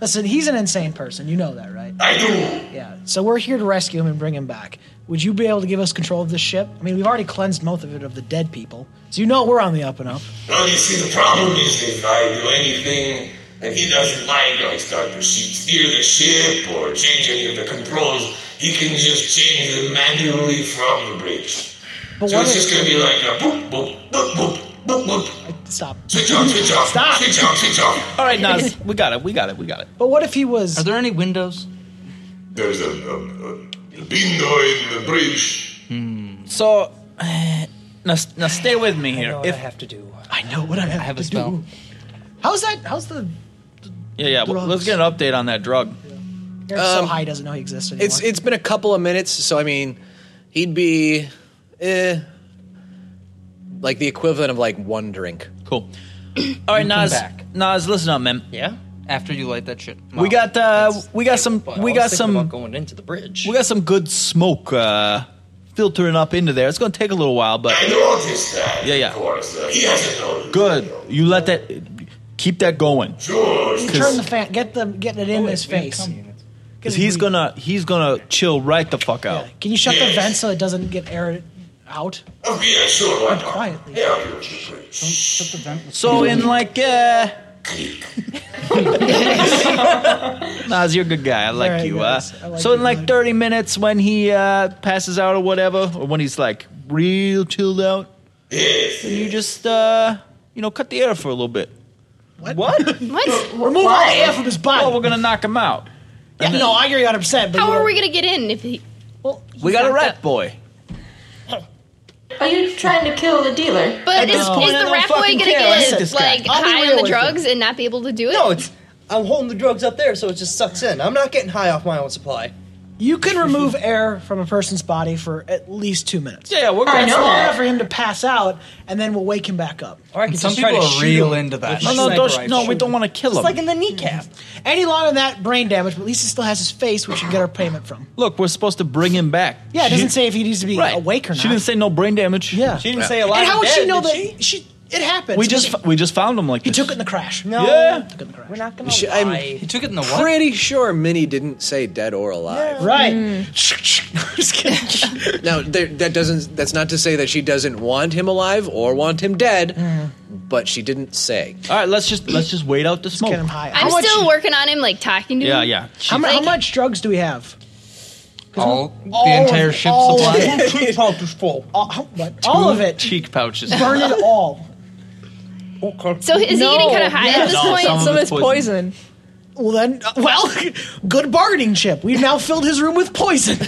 S1: Listen, he's an insane person. You know that, right?
S5: I do.
S1: Yeah. So we're here to rescue him and bring him back. Would you be able to give us control of this ship? I mean, we've already cleansed most of it of the dead people, so you know we're on the up and up.
S5: Well, you see, the problem is if I do anything that he doesn't like, like start to sh- steer the ship or change any of the controls, he can just change them manually from the bridge.
S1: But
S5: so
S1: what
S5: it's
S1: if-
S5: just going to be like a boop, boop, boop, boop, boop, boop.
S1: Stop.
S5: Switch off, switch off.
S1: Stop.
S5: Switch off, switch off.
S6: All right, Nas, we got it. We got it. We got it.
S1: But what if he was? Are
S10: there any windows?
S5: There's a, a, a window in the bridge.
S6: So (sighs) now, now stay with me here. if, I have
S3: to do.
S1: (laughs) I know what I have,
S6: a spell.
S1: How's that? How's the?
S6: Yeah, yeah. well, Let's get an update on that drug.
S1: Eric's so
S2: Um,
S1: high, he doesn't know he exists anymore.
S2: It's it's been a couple of minutes, so I mean, he'd be, eh, like the equivalent of like one drink. (clears throat)
S6: Cool. All right,
S2: You come
S6: Nas.
S2: back.
S6: Nas, listen up, man.
S3: Yeah.
S10: After you light that shit.
S6: we got uh, we got some
S3: But I
S6: we
S3: was
S6: got
S3: thinking
S6: some
S3: about going into the bridge.
S6: we got some good smoke uh, filtering up into there. It's gonna take a little while, but
S5: I noticed that.
S6: yeah, yeah.
S5: Of course, uh, he hasn't noticed.
S6: Good. You let that keep that going.
S5: Sure.
S1: you turn the fan, get the get it in his face.
S6: Cuz he's going to he's going to chill right the fuck out.
S1: Can you shut the vent so it doesn't get air out?
S5: Oh, yeah, sure. Why not?
S1: Quietly.
S5: Yeah,
S6: So in like uh Nas, you're a good guy. I like
S16: Very
S6: you.
S16: nice.
S6: Uh,
S16: I like
S6: so in like 30 minutes, when he uh, passes out or whatever, or when he's like real chilled out, you just uh, you know cut the air for a little bit. What?
S1: (laughs)
S6: What?
S4: What?
S1: Remove all the air from his body.
S6: Well, we're gonna knock him out.
S1: Yeah, no, I agree 100. percent But
S4: How
S1: you're-
S4: are we gonna get in if he? Well,
S6: We got a rat boy.
S13: Are you trying to kill the dealer?
S4: But is, is the rat boy gonna get like
S3: I'll be
S4: high
S3: real
S4: on
S3: with
S4: the
S3: you.
S4: drugs and not be able to do it?
S3: No, it's I'm holding the drugs up there, so it just sucks in. I'm not getting high off my own supply.
S1: You can remove air from a person's body for at least two minutes.
S6: Yeah, we're
S3: gonna- I know
S1: long
S3: that.
S1: enough for him to pass out, and then we'll wake him back up.
S3: Or I can Some just try people to are shoot real him into that. with a
S1: No, no,
S3: sniper
S1: don't,
S3: rifle.
S1: no, we don't
S6: want to kill
S3: It's
S6: him.
S3: like in the kneecap.
S1: Mm-hmm. Any longer than that, brain damage. But at least he still has his face, which you get our payment from.
S6: Look, we're supposed to bring him back.
S1: Yeah, it
S6: She-
S1: doesn't say if he needs to be
S6: Right.
S1: awake or not.
S6: She didn't say no brain damage. Yeah,
S1: She didn't say alive And how or would she dead, know did that- She, it happened.
S6: We just we just found him like
S1: he
S6: this.
S1: took it in the crash.
S6: No. Yeah.
S1: We're not gonna
S2: She- I'm he
S10: took it in
S1: the what?
S2: pretty sure Minnie didn't say dead or alive.
S1: Right.
S4: Mm.
S2: (laughs)
S6: (laughs)
S2: Now there, that doesn't. That's not to say that she doesn't want him alive or want him dead,
S4: Mm.
S2: but she didn't say.
S6: All right, let's just let's just wait out the smoke.
S4: I'm still working on him, like talking to
S6: Yeah,
S4: him.
S6: yeah.
S1: How, mu- how much drugs do we have?
S10: All
S1: All
S10: the entire ship
S1: all
S10: supply.
S1: of it. (laughs) Two pouches full. All, how- what? All of it.
S6: Cheek pouches.
S1: Burn
S6: (laughs)
S1: it all.
S4: So is he getting kinda high at this No, point? some of
S1: Some
S4: it's poison.
S1: Well then, uh, well, (laughs) good bargaining chip. We've now filled his room with poison,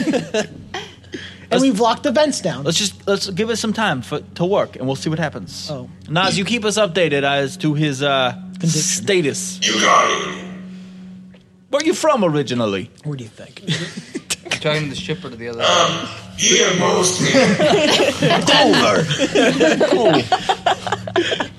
S1: (laughs) and we've locked the vents down.
S6: Let's just let's give it some time for to work, and we'll see what happens. (laughs)
S1: Oh.
S6: Nas, you keep us updated as to his uh, status.
S5: You got it.
S6: Where you from originally?
S1: Where do you think?
S10: talking to the ship or to the other?
S5: Here mostly.
S1: (laughs)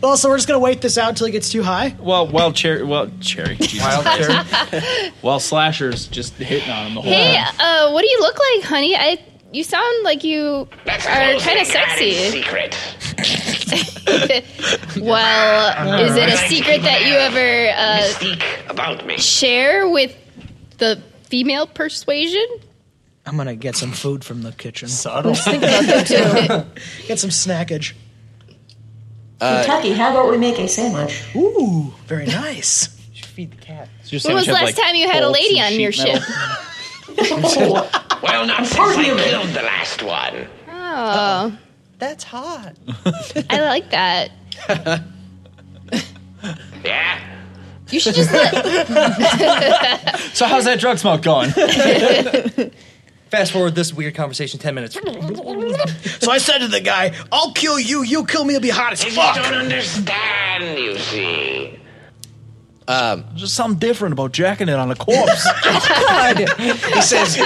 S1: Well, so we're just gonna wait this out until he gets too high.
S6: Well, wild cherry. Well, cherry. Jesus
S1: Wild
S6: Christ.
S4: (laughs)
S1: cherry.
S6: Wild slashers just hitting on him the whole
S4: Hey,
S6: time.
S4: uh, what do you look like, honey? I you sound like you are kind of sexy.
S5: Secret.
S4: (laughs)
S1: Uh-huh.
S4: well, is it a secret that you ever uh,
S5: About me.
S4: share with the female persuasion?
S1: I'm gonna get some food from the kitchen.
S3: Subtle.
S1: (laughs) get some snackage.
S2: Uh,
S13: Kentucky, how about we make a sandwich?
S1: Ooh, very (laughs) nice.
S4: When was last time you had a lady on your ship?
S5: well, not since I killed the last one.
S4: Oh,
S1: that's hot.
S4: I like that.
S5: Yeah.
S4: You should just
S1: (laughs)
S4: let.
S6: So how's that drug smoke going?
S3: (laughs) Fast forward this weird conversation ten minutes.
S1: So I said to the guy, "I'll kill you. You kill me. It'll be hot as
S5: If
S1: fuck."
S5: you don't understand, you see.
S2: Um,
S6: Um,
S5: (laughs)
S1: (laughs)
S6: (laughs) just something different about jacking it on a corpse.
S2: he says,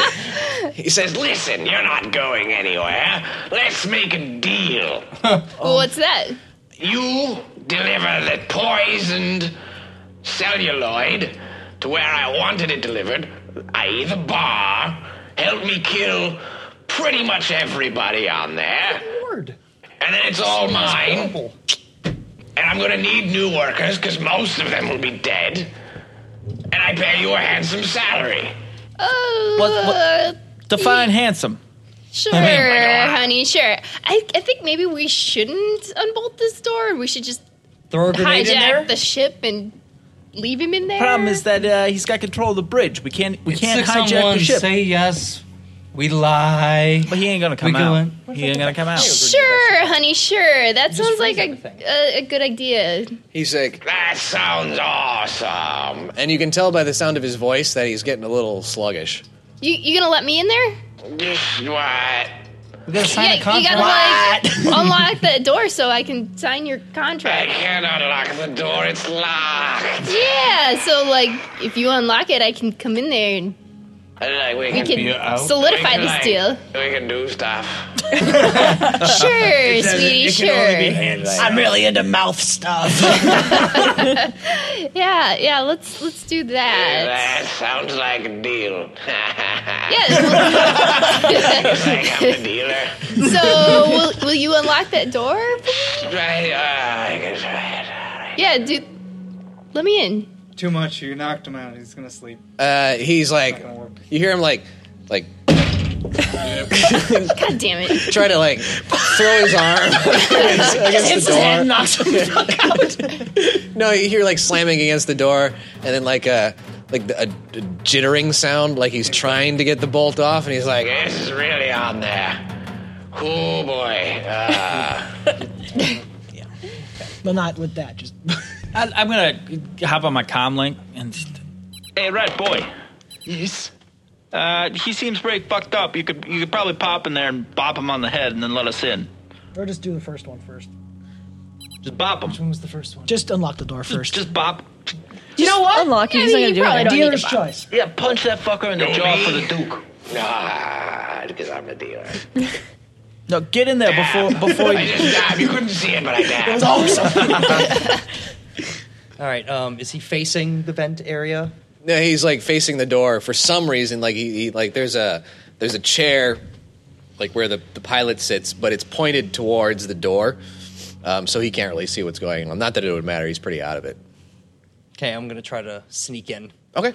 S5: He says, Listen, you're not going anywhere. Let's make a deal.
S4: Well, what's that?
S5: You deliver the poisoned celluloid to where I wanted it delivered, i.e., the bar. Help me kill pretty much everybody on there. And then it's all mine. And I'm gonna need new workers because most of them will be dead. And I pay you a handsome salary.
S4: Oh,
S6: Define handsome.
S4: sure,
S2: Oh
S6: I mean, my
S4: honey, sure. I, I think maybe we shouldn't unbolt this door. We should just
S6: Throw
S4: hijack the ship and leave him in there.
S6: Problem is that uh, he's got control of the bridge. We can't. We
S10: It's
S6: can't
S10: six on
S6: hijack
S10: one,
S6: the ship.
S10: say yes. We lie.
S6: But he ain't gonna come
S10: We go
S6: out.
S10: in.
S6: He ain't gonna come out.
S4: Sure, honey, sure. That sounds like a, a, a good idea.
S2: He's like,
S5: that sounds awesome.
S2: And you can tell by the sound of his voice that he's getting a little sluggish.
S4: You you gonna let me in there?
S5: What?
S2: We gotta sign
S4: Yeah, you gotta like (laughs)
S2: (laughs)
S4: unlock the door so I can sign your contract.
S5: Can't unlock the door, it's locked.
S4: Yeah, so like if you unlock it, I can come in there
S2: (laughs)
S4: and (laughs)
S5: And, like, we
S4: We
S5: can,
S4: can Be out. solidify
S5: we can,
S4: this
S5: like,
S4: deal.
S5: We can
S4: (laughs)
S5: do stuff.
S4: sure,
S5: It doesn't-
S4: sweetie,
S5: it
S4: sure.
S5: can only be handwriting.
S1: I'm really into mouth stuff.
S4: yeah, yeah. Let's let's do that.
S5: That sounds like a deal. (laughs)
S4: Yes. (laughs)
S5: like I'm a dealer.
S4: so will will you unlock that door?
S5: Right, uh, I can try it.
S4: Yeah, dude. Let me in.
S22: Too much. You knocked him out. He's gonna sleep.
S2: Uh, he's like, you hear him like, like
S4: God damn it.
S2: try (laughs) to
S4: (laughs)
S2: like throw his arm (laughs) against,
S4: Hits
S2: against
S4: his
S2: the door.
S4: head,
S1: knocks him the
S2: fuck (laughs) out. no, you hear like slamming against the door, and then like a like the, a, a jittering sound, like he's trying to get the bolt off, and he's like,
S5: This is really on there.
S2: Oh,
S5: Cool boy. Uh,
S1: well, not with that. Just
S6: I, I'm gonna hop on my comm link and just,
S23: Hey, Red Boy. Yes. Uh, he seems pretty fucked up. You could you could probably pop in there and bop him on the head and then let us in.
S1: or just do the first one first.
S23: Just bop him.
S1: Which one was the first one? Just unlock the door first.
S23: Just bop.
S1: You know what? Unlock
S23: it. He's not gonna do it. Dealer's
S1: Dealer's choice.
S23: Yeah, punch that fucker in the
S1: No,
S23: jaw
S1: me.
S23: for the Duke.
S5: nah, because I'm the dealer.
S6: no, get in there before
S23: (laughs)
S5: (laughs)
S6: before
S5: I just dabbed. You couldn't see it, but I dabbed.
S6: It was awesome.
S3: (laughs) All right. Um, is he facing the vent area?
S2: (laughs) no, he's like facing the door for some reason. Like he, he like there's a there's a chair, like where the the pilot sits, but it's pointed towards the door. Um, so he can't really see what's going on. Not that it would matter. He's pretty out of it.
S3: Okay, I'm gonna try to sneak in.
S2: Okay.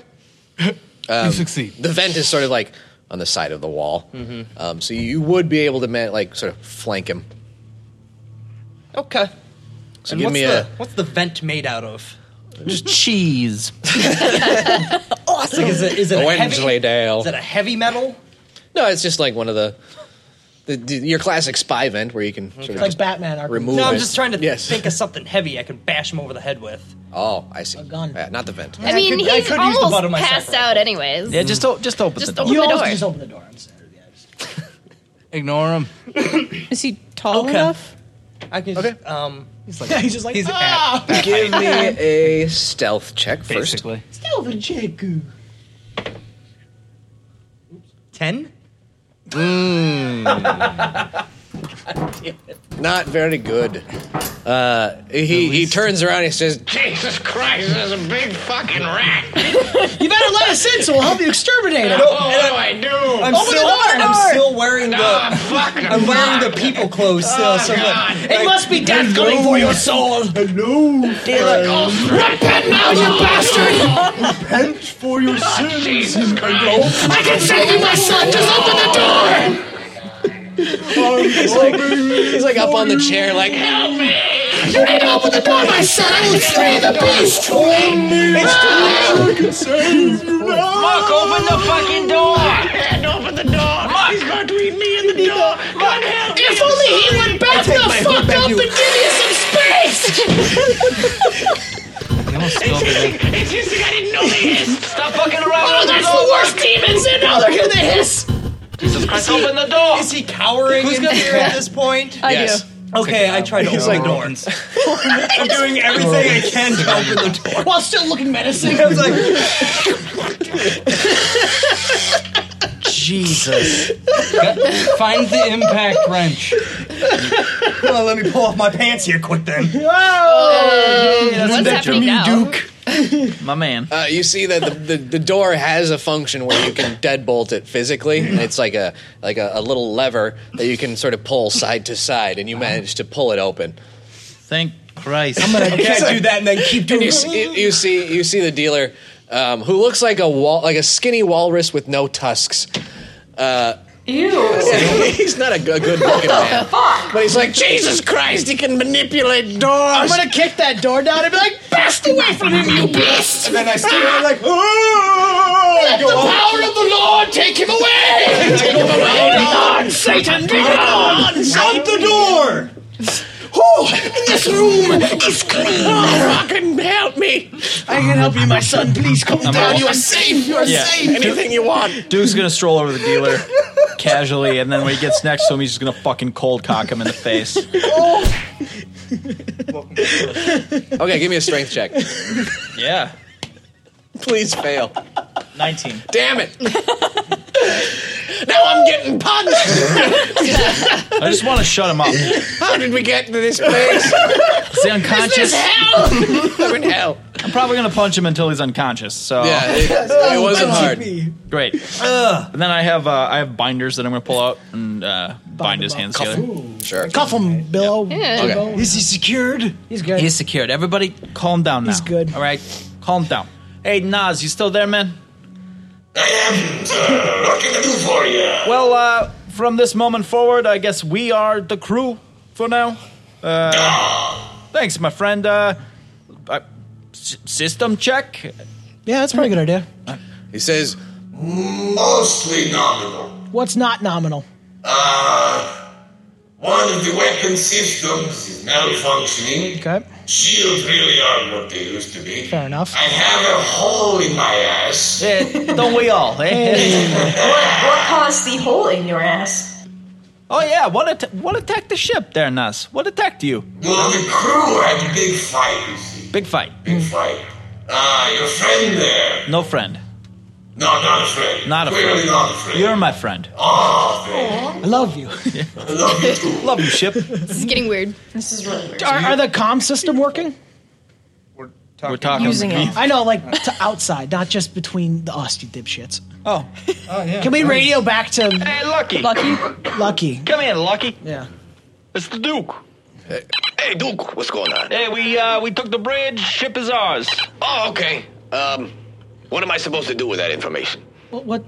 S2: (laughs) Um, The vent is sort of like on the side of the wall,
S3: Mm-hmm.
S2: um, so you would be able to ma- like sort of flank him.
S3: Okay.
S2: So
S3: and
S2: give
S3: what's
S2: me
S3: the,
S2: a-
S3: what's the vent made out of?
S16: Just cheese.
S3: awesome. is it, is it a heavy?
S2: Wensleydale.
S3: Is it a heavy metal?
S2: No, it's just like one of the, the, the your classic spy vent where you can sort of
S3: Okay.
S2: just remove
S3: No, I'm
S2: it.
S3: just trying to think of something heavy I can bash him over the head with.
S2: Oh, I see. A gun, not the vent.
S4: I mean, he's almost passed out, anyways.
S6: yeah, just o- Oh, just open
S4: Just
S6: the door.
S4: open You the also door. just
S1: open the door.
S10: Ignore him.
S14: Is he tall
S3: Okay.
S14: enough?
S3: I can just, um, (laughs) he's
S1: like- He's just like,
S3: he's
S1: "Ah!"
S3: at that
S2: Give
S3: (laughs) height.
S2: me a stealth check first.
S10: Basically.
S1: Still the Jagu.
S3: Ten?
S2: Hmm. Not very good. Uh, he he turns around. and He says,
S5: Jesus Christ, there's a big fucking rat.
S1: You better let us in, so we'll help you exterminate him.
S5: No, what do Oh, I do?
S3: I'm
S1: Open
S3: still,
S1: the door!
S3: I'm still wearing the
S5: Nah, fuck,
S3: I'm wearing the people clothes still.
S5: Oh,
S3: so I'm like-
S5: God.
S3: like,
S1: It must be death coming for your soul.
S21: Hello,
S1: dealer. Repent now,
S3: Oh,
S1: you
S3: (laughs)
S1: bastard!
S21: Repent for your
S5: Oh,
S21: sins. Jesus
S1: Christ. I can save you, my son. Just open the door.
S2: he's like, he's like up on the chair, like help me.
S1: You need to open the door, my son. I will slay the beast.
S5: Ah!
S23: Mark, open the fucking door!
S5: Can't open the door! He's about to eat me in the door! God help me!
S1: If
S5: I'm
S1: only he
S5: sorry.
S1: would back the fuck up and give you some
S23: (laughs)
S1: space.
S23: It's hissing! It's hissing! I didn't know they hissed! Stop fucking around!
S1: Oh,
S23: open
S1: there's
S23: door.
S1: the worst demons in now. They're here. They hiss.
S23: Jesus Christ, open the door!
S3: Is he cowering
S23: Who's
S3: in
S23: gonna-
S3: here at this point?
S23: I Yes. do.
S3: Okay, I tried to
S23: He's
S3: open
S23: like-
S3: the door. I'm doing everything I can to open the door.
S1: While still looking menacing.
S3: I was like,
S16: Jesus.
S10: Find the impact wrench.
S3: well, let me pull off my pants here quick then.
S1: Oh,
S2: that's what's better. happening now?
S1: Duke.
S2: My man. Uh, you see that the, the, the door has a function where you can deadbolt it physically. It's like a like a, a little lever that you can sort of pull side to side, and you manage to pull it open.
S16: Thank Christ.
S2: I'm (laughs)
S3: (laughs)
S2: gonna- I can't do
S16: that and then keep
S2: And you see, you see you see the dealer um, who looks like a wal- like a skinny walrus with no tusks. Uh,
S13: Ew.
S2: (laughs) he's not a g- a good looking man. But he's like, Jesus Christ, he can manipulate doors. I'm
S1: gonna kick that door down and be like, best away from him, you beast!
S3: And then I
S1: stand
S3: stand there like, oh!
S1: Let
S3: I go
S1: the
S3: off.
S1: power of the Lord take him away!
S3: Take him away, Lord!
S1: Satan, be
S3: Take him
S1: gone!
S3: on!
S1: Shut the door!
S3: Oh, this room is clean.
S1: Oh, I can help me. I can help you, my son. Please come
S6: I'm
S1: down.
S6: all-
S1: You are safe. You are
S6: Yeah.
S1: safe. Anything you want.
S6: Duke's gonna stroll over the
S1: (laughs)
S6: dealer casually, and then when he gets next to him, he's just gonna fucking cold cock him in the face.
S1: Oh.
S2: Okay, give me a strength check.
S6: Yeah.
S2: Please fail.
S6: 19.
S2: Damn it! now I'm getting punched!
S6: I just want to shut him up.
S2: How did we get to this (laughs) place?
S6: Is he unconscious?
S2: Is this hell? (laughs) I'm in hell.
S6: I'm probably gonna punch him until he's unconscious. So
S2: Yeah, it- it wasn't hard.
S6: Great. And then I have uh, I have binders that I'm gonna pull out and uh, bind his hands together.
S2: Sure.
S1: Cuff him, Bill.
S6: Okay.
S1: Is he secured? He's good.
S6: He's secured. Everybody, calm down now. He's good. All right, calm down. Hey, Nas, you still
S5: (laughs)
S6: there, man?
S5: what can I do for you?
S6: Well, uh, from this moment forward, I guess we are the crew for now. Uh, thanks, my friend. Uh, uh, s- system check.
S1: Yeah, that's probably a good idea.
S2: He says,
S5: Mostly nominal.
S1: What's not nominal?
S5: Uh, one of the weapon systems is malfunctioning.
S1: Okay.
S5: Shields really aren't what they used to be.
S1: Fair enough.
S5: I have a hole in my ass.
S6: don't we all?
S13: What caused the hole in your ass?
S6: Oh yeah, what atta- what attacked the ship there, Nas? What attacked you?
S5: Well, the crew had a big fight, you see.
S6: Big fight.
S5: Big fight. Ah, your friend there.
S6: No friend.
S5: No, not a friend.
S6: Not a
S5: Clearly
S6: friend.
S5: not a friend.
S6: You're my friend.
S5: Ah, friend.
S1: I love you.
S5: I love you too.
S6: (laughs) Love you, ship.
S1: This is getting weird. This is really
S13: weird.
S1: Are, are the comm system working?
S6: We're talking.
S1: I know, like to outside, not just between the us, you dipshits.
S6: Oh.
S1: (laughs) oh yeah. Can we radio back to
S6: Hey, Lucky.
S1: Lucky? Lucky.
S6: Come in, Lucky.
S1: Yeah.
S6: It's the Duke.
S5: Hey, Duke, what's going on?
S6: Hey, we uh, we took the bridge. Ship is ours.
S5: Oh, okay. Um, what am I supposed to do with that information?
S1: What? what?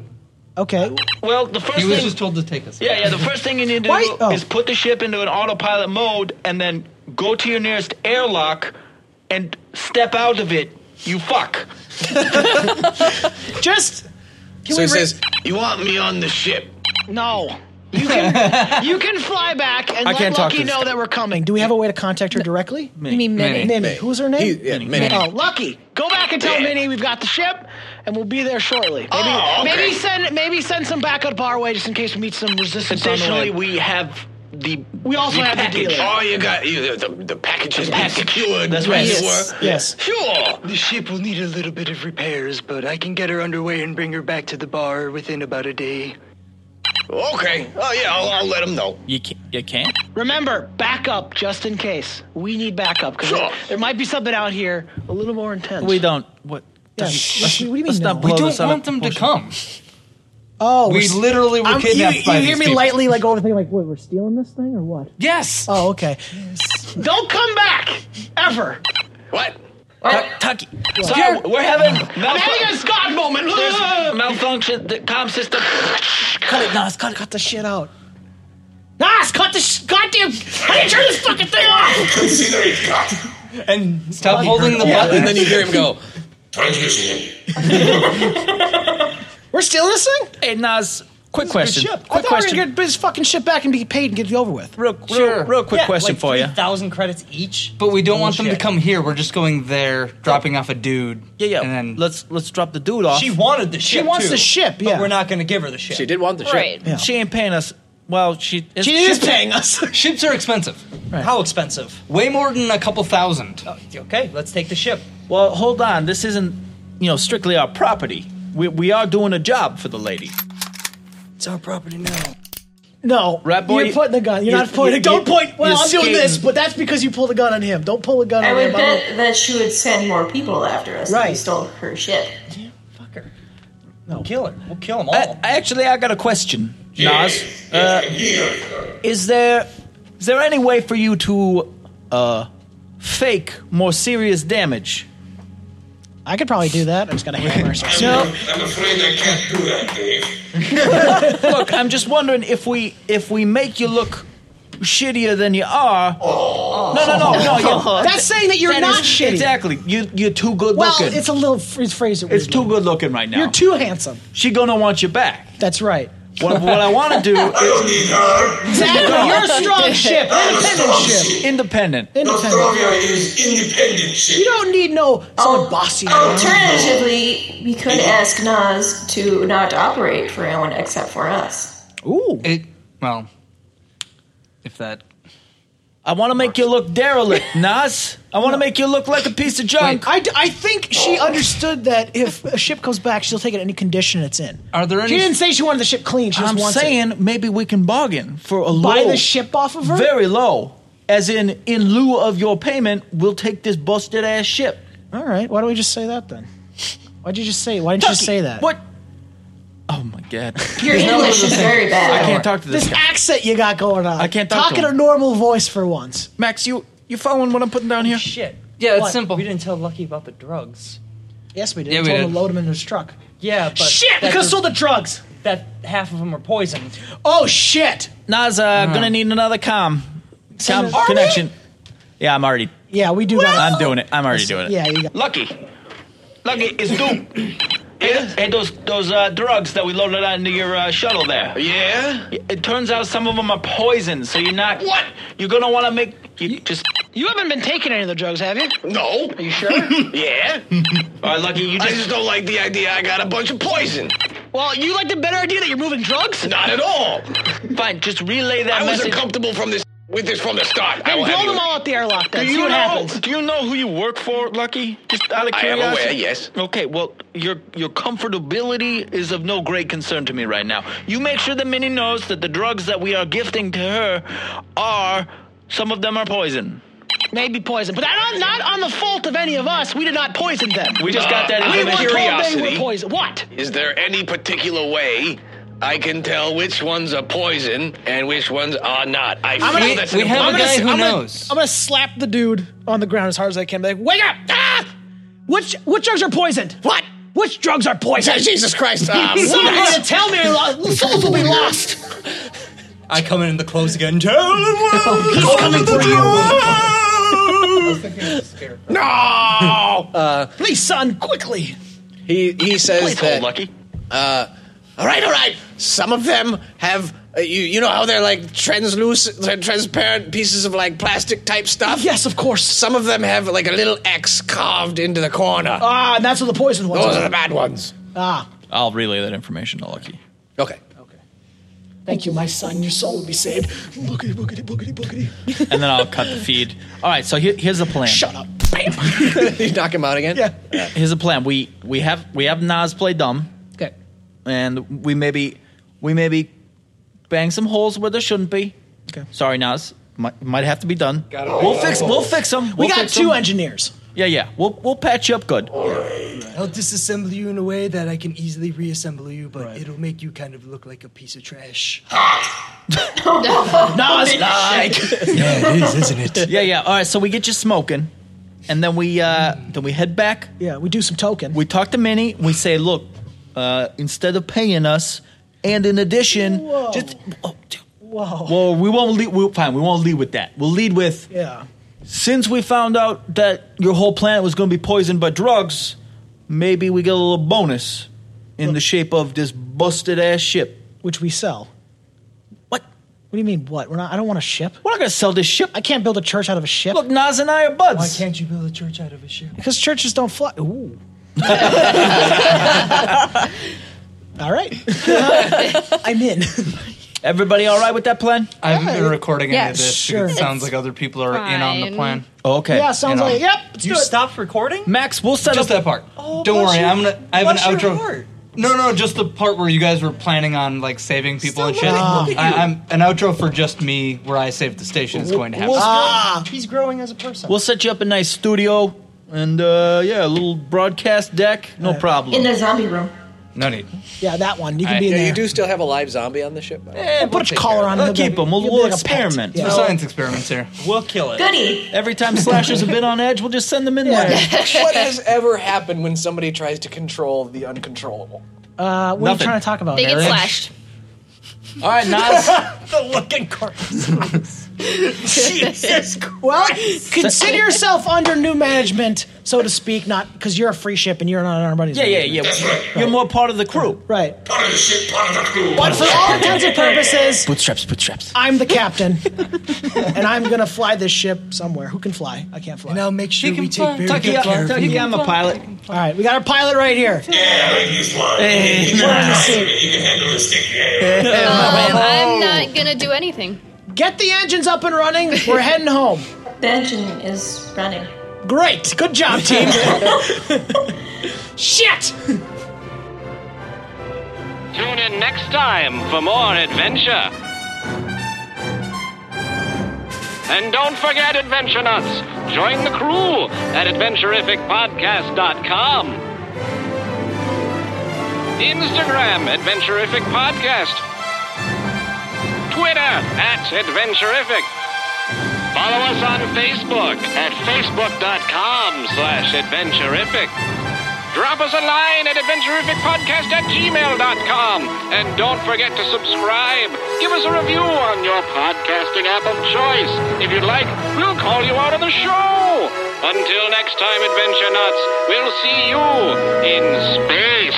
S1: Okay.
S6: Well, the first
S10: He was
S6: thing-
S10: just told to take us.
S6: Yeah, yeah. The first thing you need to
S1: Why-
S6: do
S1: oh.
S6: is put the ship into an autopilot mode, and then go to your nearest airlock, and step out of it. You fuck.
S1: Just.
S2: so he says,
S5: You want me on the ship?
S1: No.
S2: (laughs)
S1: You can you can fly back and
S2: I
S1: let
S2: can't talk
S1: Lucky
S2: to this
S1: know that we're coming. Do we have a way to contact her directly?
S2: Minnie. You mean Minnie. Minnie.
S1: Minnie. Who's her name?
S2: He- yeah, Minnie.
S1: Oh, Lucky. Go back and tell
S2: Yeah.
S1: Minnie we've got the ship and we'll be there shortly. Maybe
S6: Oh, okay.
S1: maybe send maybe send some backup our way just in case we meet some resistance.
S6: Additionally,
S1: on the way.
S6: we have the
S1: we also
S6: the
S1: have
S6: package.
S1: the dealer.
S5: Oh, you got you, the, the, the package has been secured.
S6: That's right.
S5: Yes.
S6: Yes.
S1: Yes.
S5: Sure.
S24: The ship will need a little bit of repairs, but I can get her underway and bring her back to the bar within about a day.
S5: Okay. Oh yeah, I'll, I'll let him know.
S6: You can't. You can't.
S1: Remember, backup just in case. We need backup because
S5: Sure.
S1: there might be something out here a little more intense.
S6: We don't. What?
S1: Yeah,
S6: let's-
S1: sh-
S6: let's-
S1: sh- what do you
S6: let's
S1: mean
S6: not
S1: no?
S6: blow
S1: We don't
S6: this out of
S1: want them to
S6: proportion.
S10: Come.
S1: Oh,
S10: We
S1: we're s-
S10: literally were
S1: I'm- you-
S10: kidnapped
S1: You,
S10: by
S1: hear
S10: these
S1: me
S10: people.
S1: lightly, like over the thing, like, wait, we're stealing this thing or what? Yes. Oh, okay. Don't come back ever.
S5: What?
S6: Tucky. Sorry, we're having
S1: I'm having a God moment.
S6: There's malfunction. The comm system.
S1: Cut it, Nas. Cut, cut the shit out. Nas, cut the sh- goddamn. How do you turn this fucking thing off?
S5: Consider it cut.
S10: (laughs) And stop
S1: Bloody
S10: holding the
S1: hurt. Yeah.
S10: button.
S1: And then you hear him go,
S5: Transmission.
S1: We're stealing this thing?
S6: Hey, Nas. Quick question.
S1: Ship. I
S6: Quick
S1: thought we were
S6: question.
S1: gonna get this fucking shit back and be paid and get it over with.
S6: Real, real, real quick question for you.
S3: Thousand credits each.
S10: But we don't want them to
S3: Bullshit.
S10: come here. We're just going there, dropping off a dude.
S6: Yeah, yeah.
S10: And then
S6: let's let's drop (laughs) the dude off.
S3: She wanted the ship. too, But we're not going to give her the ship.
S2: She did want the ship. Right. Yeah.
S6: She ain't paying us. Well, she is,
S3: She is paying
S1: us.
S10: (laughs) Ships are expensive.
S3: How expensive?
S10: Way more than a couple thousand.
S6: oh,
S3: Okay, let's take the ship.
S6: Well, hold on. This isn't, you know, strictly our property. We, we are doing a job for the lady.
S1: It's our property now. No,
S25: Rat boy,
S1: you're pointing the gun. You're,
S25: you-
S1: not pointing.
S25: you-
S1: don't
S25: you-
S1: point. Well,
S25: you're
S1: I'm doing
S25: skating.
S1: this, but that's because you pulled a gun on him. Don't pull a gun
S26: I
S1: on
S26: would
S1: him.
S26: bet that she would send more people after us if we stole her shit.
S1: No, kill her. We'll
S3: kill them
S6: all. actually, I got a question, Nas. Uh, is there is there any way for you to uh, fake more serious damage?
S1: I could probably do that. I'm just
S6: (laughs)
S1: gonna hammer.
S6: No.
S27: I'm afraid I can't do that, Dave.
S6: (laughs) look, I'm just wondering if we if we make you look shittier than you are. No, no, no, no. you-
S1: That's saying Oh. that you're not shitty.
S6: Exactly. You you're too good
S1: Well,
S6: looking.
S1: it's a little. It's phrased.
S6: It's too good looking right now.
S1: You're too handsome.
S6: She gonna want you back.
S1: That's right.
S6: What, what I want to
S1: (laughs)
S6: do
S27: I don't
S6: is
S27: need her.
S1: Exactly. You're a strong ship.
S27: I'm a
S1: Independent
S27: strong
S1: ship.
S6: independent.
S27: Nostrovia is independent ship.
S1: You don't need no someone bossy.
S26: Alternatively, we could ask Nas to not operate for anyone except for us.
S6: Ooh.
S10: It, well, if that.
S6: I want to make you look (laughs) derelict, Nas. I want to make you look like a piece of junk.
S1: I, d- I think she understood that if a ship comes back, she'll take it any condition it's in.
S6: Are there
S1: She didn't say she wanted the ship clean. She just
S6: I'm
S1: wants it.
S6: saying maybe we can bargain for a
S1: Buy
S6: low,
S1: the ship off of her?
S6: very low. As in, in lieu of your payment, we'll take this busted ass ship.
S1: All right. Why don't we just say that then? Why'd you just say? Why didn't you just say that?
S6: What? Oh my god!
S1: Your English is very bad.
S6: I can't talk to this,
S1: This
S6: guy.
S1: accent you got going on.
S6: I can't talk to
S1: in a
S6: him.
S1: normal voice for once.
S6: Max, you you following what I'm putting down here?
S3: Shit.
S1: Yeah, it's
S3: simple. We didn't tell Lucky about the drugs.
S1: Yes, we did.
S3: Yeah,
S1: Yeah,
S3: we
S1: Told him
S3: did.
S1: to load him in his truck.
S3: Yeah, but
S1: Shit, because sold the drugs.
S3: That half of them are poisoned.
S1: Oh shit!
S6: Nas, uh, I'm
S3: Huh.
S6: gonna need another com,
S1: Send
S6: com
S1: it- Are we?
S6: connection. Yeah, I'm already.
S1: Yeah, we do that.
S6: I'm doing it. I'm already doing it.
S1: Yeah, you got
S28: Lucky. Lucky is duped. Hey, hey, those those uh, drugs that we loaded onto your uh, shuttle there.
S2: Yeah?
S28: It turns out some of them are poison, so you're not. What? You're gonna want to make you, just.
S1: You haven't been taking any of the drugs, have you?
S2: No.
S1: Are you sure?
S2: yeah?
S6: Hmm.
S28: All right, Lucky, you
S2: I just don't like the idea I got a bunch of poison.
S1: Well, you like the better idea that you're moving drugs?
S2: Not at all.
S28: Fine, just relay that
S2: I was
S28: message.
S2: uncomfortable from this with this from the start. I will have you-
S1: out the airlock.
S28: do you know? Do you know who you work for, Lucky? Just out of
S2: I am
S28: curiosity.
S2: aware, yes.
S28: Okay. Well, your your comfortability is of no great concern to me right now. You make sure that Minnie knows that the drugs that we are gifting to her are some of them are poison.
S1: Maybe poison, but not, not on the fault of any of us. We did not poison them.
S28: We just got that
S2: Uh,
S28: information.
S2: out of curiosity.
S1: What?
S2: Is there any particular way I can tell which ones are poison and which ones are not? I feel that's an important-
S1: I'm gonna- I'm gonna slap the dude on the ground as hard as I can. Be like, wake up! Ah! Which which drugs are poisoned? What? Which drugs are poisoned?
S3: Jesus
S1: (laughs)
S3: Christ, ah,
S1: Somebody
S3: what?
S1: to tell me,
S3: (laughs)
S1: or lo- souls will be lost.
S3: I come in in the clothes again. Tell them
S1: (laughs) He's coming for
S2: (laughs) No!
S5: Uh,
S1: Please, son, quickly.
S5: He he says
S2: Please
S5: that.
S2: hold, Lucky.
S5: Uh, all right, all right. Some of them have uh, you you know how they're like translucent, they're transparent pieces of like plastic type stuff.
S1: Yes, of course.
S5: Some of them have like a little X carved into the corner.
S1: Ah, and that's what the poison was.
S5: Those are the bad ones.
S1: Ah,
S6: I'll relay that information to Lucky.
S5: Okay.
S1: thank you, my son. Your soul will be saved. Boogity, boogity, boogity, boogity.
S6: and then I'll cut the feed. All right, so here, here's the plan. Shut
S1: up.
S5: you knock him out again. Yeah.
S6: Here's the plan. We we have we have Nas play dumb.
S1: Okay.
S6: And we maybe we maybe bang some holes where there shouldn't be.
S1: Okay.
S6: Sorry, Nas. Might, might have to be done.
S1: Gotta
S6: we'll
S1: be-
S6: fix we'll fix them.
S1: We got two engineers.
S6: Yeah, yeah. We'll we'll patch you up good.
S3: I'll disassemble you in a way that I can easily reassemble you, but it'll make you kind of look like a piece of trash. (laughs)
S1: No, it's like.
S6: (laughs) yeah, it is, isn't it? (laughs) Yeah, yeah. All right, so we get you smoking, and then we uh, then we head back.
S1: Yeah, we do some token.
S6: We talk to Minnie. We say, look, uh, instead of paying us, and in addition,
S1: Whoa.
S6: just
S1: Whoa.
S6: well, we won't lead. We'll, fine, we won't lead with that. We'll lead with
S1: Yeah.
S6: since we found out that your whole planet was going to be poisoned by drugs. Maybe we get a little bonus in the shape of this busted ass ship,
S1: which we sell. What do you mean? What? We're not. I don't want a ship.
S6: We're not gonna sell this ship.
S1: I can't build a church out of a ship. Look,
S6: Nas and I are buds.
S3: Why can't you build a church out of a ship?
S1: Because churches don't fly. Ooh. all right. (laughs) I'm in.
S6: Everybody, all right with that plan?
S10: I haven't been recording
S1: Yeah,
S10: any of this.
S1: sure.
S10: because It sounds
S1: It's
S10: like other people are in on the
S1: fine.
S10: plan.
S6: Okay.
S1: Yeah, sounds
S10: In on-
S1: like. Yep. Let's do it.
S3: stopped recording?
S6: Max, we'll set
S10: Just
S6: up
S10: that part.
S3: Oh,
S10: Don't
S3: bless
S10: worry,
S3: your-
S10: I'm gonna. I have an
S3: bless your
S10: outro.
S3: heart.
S10: No, no, just the part where you guys were planning on like saving people and shit.
S1: look at you.
S10: I, I'm an outro for just me where I saved the station is going to happen.
S1: Wolf's
S6: Ah.
S1: growing- he's growing as a person.
S6: We'll set you up a nice studio and uh, yeah, a little broadcast deck. No problem.
S13: In the zombie room.
S10: No need.
S1: Yeah, that one. You can
S6: I-
S1: be in
S6: Yeah,
S1: there.
S6: you do
S2: still have a live zombie on the ship.
S1: we'll put a collar on
S6: We'll
S1: him.
S6: keep him. We'll, we'll experiment.
S10: For science experiments here.
S6: We'll kill it.
S13: Goody.
S6: Every time
S2: (laughs)
S6: slashers have been on edge, we'll just send them in
S1: (laughs)
S6: there.
S2: what has ever happened when somebody tries to control the uncontrollable?
S1: Uh, what are
S6: Nothing.
S1: you trying to talk about?
S2: They get
S1: Eric?
S2: slashed. All right, Nas.
S1: the looking
S4: (laughs)
S1: corpse. Jesus Well,
S6: (laughs)
S1: consider yourself under new management, so to speak, not because you're a free ship and you're not on everybody's.
S6: Yeah, yeah, yeah.
S1: management.
S6: You're more part of the crew.
S1: Right.
S27: Part of the ship, part of the crew.
S1: But for all intents and purposes,
S6: Bootstraps, bootstraps.
S1: I'm the captain, (laughs) and I'm gonna fly this ship somewhere. Who can fly? I can't fly. Now make sure we
S6: fly. very Tucky, good yeah, care of Tucky, you. I'm a pilot.
S1: All right, we got our pilot right here.
S27: Yeah, I like this one.
S1: Hey,
S27: He's
S1: nice.
S27: nice. You can handle the stick. Yeah.
S4: Um, I'm not gonna do anything.
S1: Oh. Get the engines up and running.
S4: (laughs)
S1: We're heading home.
S13: The engine is running.
S1: Great. Good job, team. Shit!
S7: Tune in next time for more adventure. And don't forget, Adventure Nuts, join the crew at AdventurificPodcast.com. Instagram, Adventurific Podcast. Twitter, at Adventurific. Follow us on Facebook at Facebook.com slash Adventurific. Drop us a line at adventurificpodcast at gmail.com. And don't forget to subscribe. Give us a review on your podcasting app of choice. If you'd like, we'll call you out on the show. Until next time, Adventure Nuts, we'll see you in space.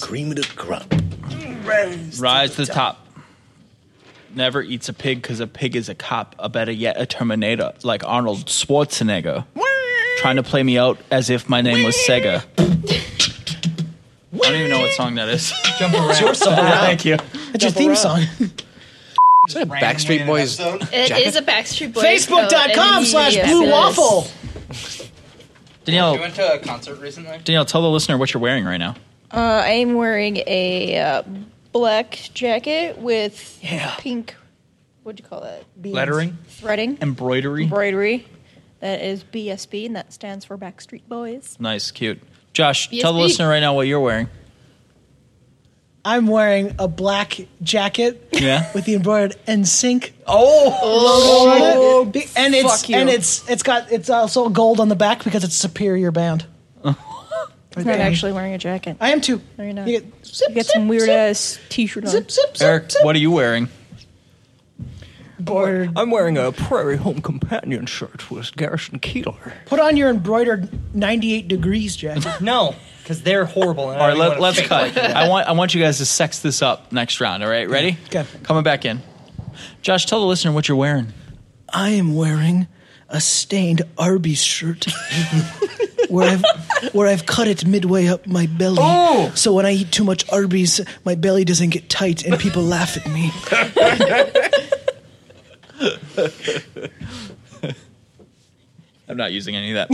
S29: Cream of the crop.
S6: Rise to the top. Never eats a pig because a pig is a cop. A better yet, a Terminator, like Arnold Schwarzenegger. Trying to play me out as if my name was Sega. I don't even know what song that is.
S10: Jump around.
S6: Thank you.
S1: That's your theme song.
S2: Is that a Backstreet Boys?
S4: It
S2: jacket?
S4: is a Backstreet Boys.
S1: Facebook.com slash blue waffle.
S10: You
S6: Danielle,
S10: went to a concert recently?
S6: Danielle, tell the listener what you're wearing right now.
S14: Uh, I'm wearing a uh, black jacket with pink. What'd you call that?
S6: Lettering?
S14: Threading.
S6: Embroidery.
S14: Embroidery. That is BSB, and that stands for Backstreet Boys.
S6: Nice, cute. Josh, tell the
S14: BSB.
S6: listener right now what you're wearing.
S1: I'm wearing a black jacket
S6: Yeah.
S1: with the embroidered NSYNC
S6: Oh,
S1: logo on it. Be- and it's
S14: fuck you.
S1: and it's it's got it's also gold on the back because it's a superior band.
S14: He's not actually wearing a jacket.
S1: I am too.
S14: No, you're not.
S1: You
S14: You
S1: get,
S14: some weird ass t-shirt on.
S1: Zip, zip,
S6: Eric, what are you wearing?
S3: I'm wearing a Prairie Home Companion shirt with Garrison Keeler.
S1: Put on your embroidered 98 degrees
S3: (laughs)
S1: jacket.
S3: no, because they're horrible. And
S6: All right,
S3: I
S6: let, let's cut. I
S3: I
S6: want I want you guys to sex this up next round. All right, ready? Okay. Coming back in. Josh, tell the listener what you're wearing.
S1: I am wearing a stained Arby's shirt (laughs) where I've where I've cut it midway up my belly.
S21: Oh!
S1: So when I eat too much Arby's, my belly doesn't get tight and people (laughs) laugh at
S3: (laughs)
S1: me.
S6: I'm not using any of that.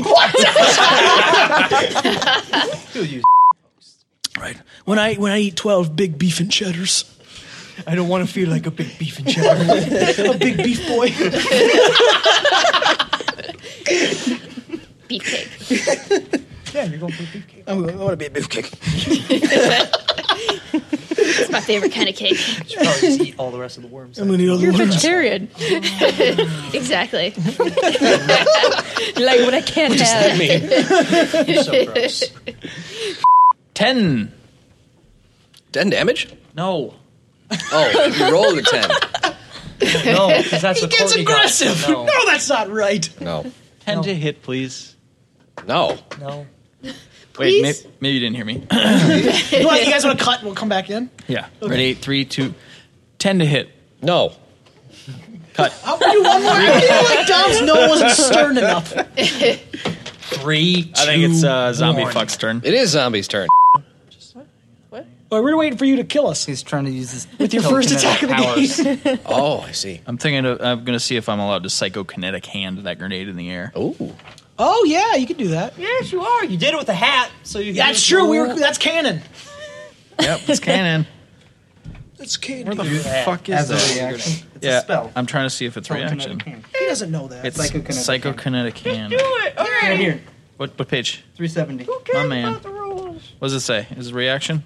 S1: (laughs)
S14: (laughs)
S1: right. When I when I eat 12 big beef and cheddars. I don't want to feel like a big beef and cheddar. a big beef boy.
S4: Beefcake.
S1: yeah, you're going for beefcake. I'm, I want to be a beefcake.
S4: it's my favorite kind
S14: (laughs)
S4: of cake.
S3: (laughs) probably just eat all the rest of the worms.
S1: I'm gonna eat all the
S4: You're
S1: worms.
S4: vegetarian. (laughs) exactly.
S14: (laughs) like what I can't
S4: (laughs) What does
S14: have.
S4: that (laughs) mean? So gross.
S6: Ten.
S2: Ten damage?
S6: No.
S2: Oh, you rolled a ten.
S3: No, because that's
S1: he
S3: what
S1: gets
S3: Courtney got.
S1: aggressive.
S3: No.
S1: No. that's
S3: (laughs)
S1: not right.
S2: No.
S6: Ten to hit, please.
S2: No.
S1: No.
S6: Wait,
S1: Please?
S6: may- maybe you didn't hear me.
S1: you, want- you guys want to cut? We'll come back in.
S6: yeah. Ready? Three, two, ten to hit.
S2: No.
S1: I'll do one more. I feel like Dom's no wasn't
S2: (laughs)
S1: stern enough.
S2: Three.
S6: I think it's uh, zombie fuck's turn.
S2: It is zombie's turn.
S1: Well, we're waiting for you to kill us.
S3: He's trying to use this
S1: with your first attack of the
S10: (laughs)
S1: game.
S2: oh, I see.
S6: I'm thinking of, I'm gonna see if I'm allowed to psychokinetic hand that grenade in the air.
S2: Oh.
S1: Oh yeah, you could do that.
S3: Yes, you are. You did it with a hat, so you. can
S1: That's
S3: do it
S1: true.
S3: with
S1: We
S3: a
S1: were.
S3: hat.
S1: That's canon.
S6: Yep,
S1: (laughs)
S6: it's canon.
S1: That's canon.
S6: Where the fuck is
S1: As a
S6: that?
S1: reaction. It's a
S6: yeah,
S1: spell.
S6: I'm trying to see if it's reaction.
S1: He doesn't know that.
S6: It's psychokinetic, hand.
S1: it. All right.
S6: here. What what page?
S3: 370.
S6: My man. What does it say? Is it reaction?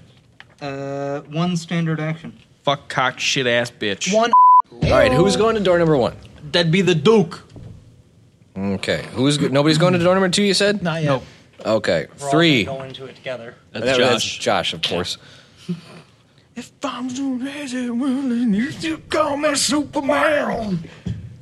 S3: Uh, one standard action.
S6: Fuck cock shit ass bitch.
S1: One.
S2: All right, who's going to door number one?
S6: That'd be the Duke.
S2: Okay. Who's go- nobody's going to door number two? You said
S1: not yet.
S2: Okay.
S3: We're all
S2: Three.
S3: gonna Go into it together.
S2: That- Josh, of course.
S21: If I'm too lazy, well, then you still call me Superman.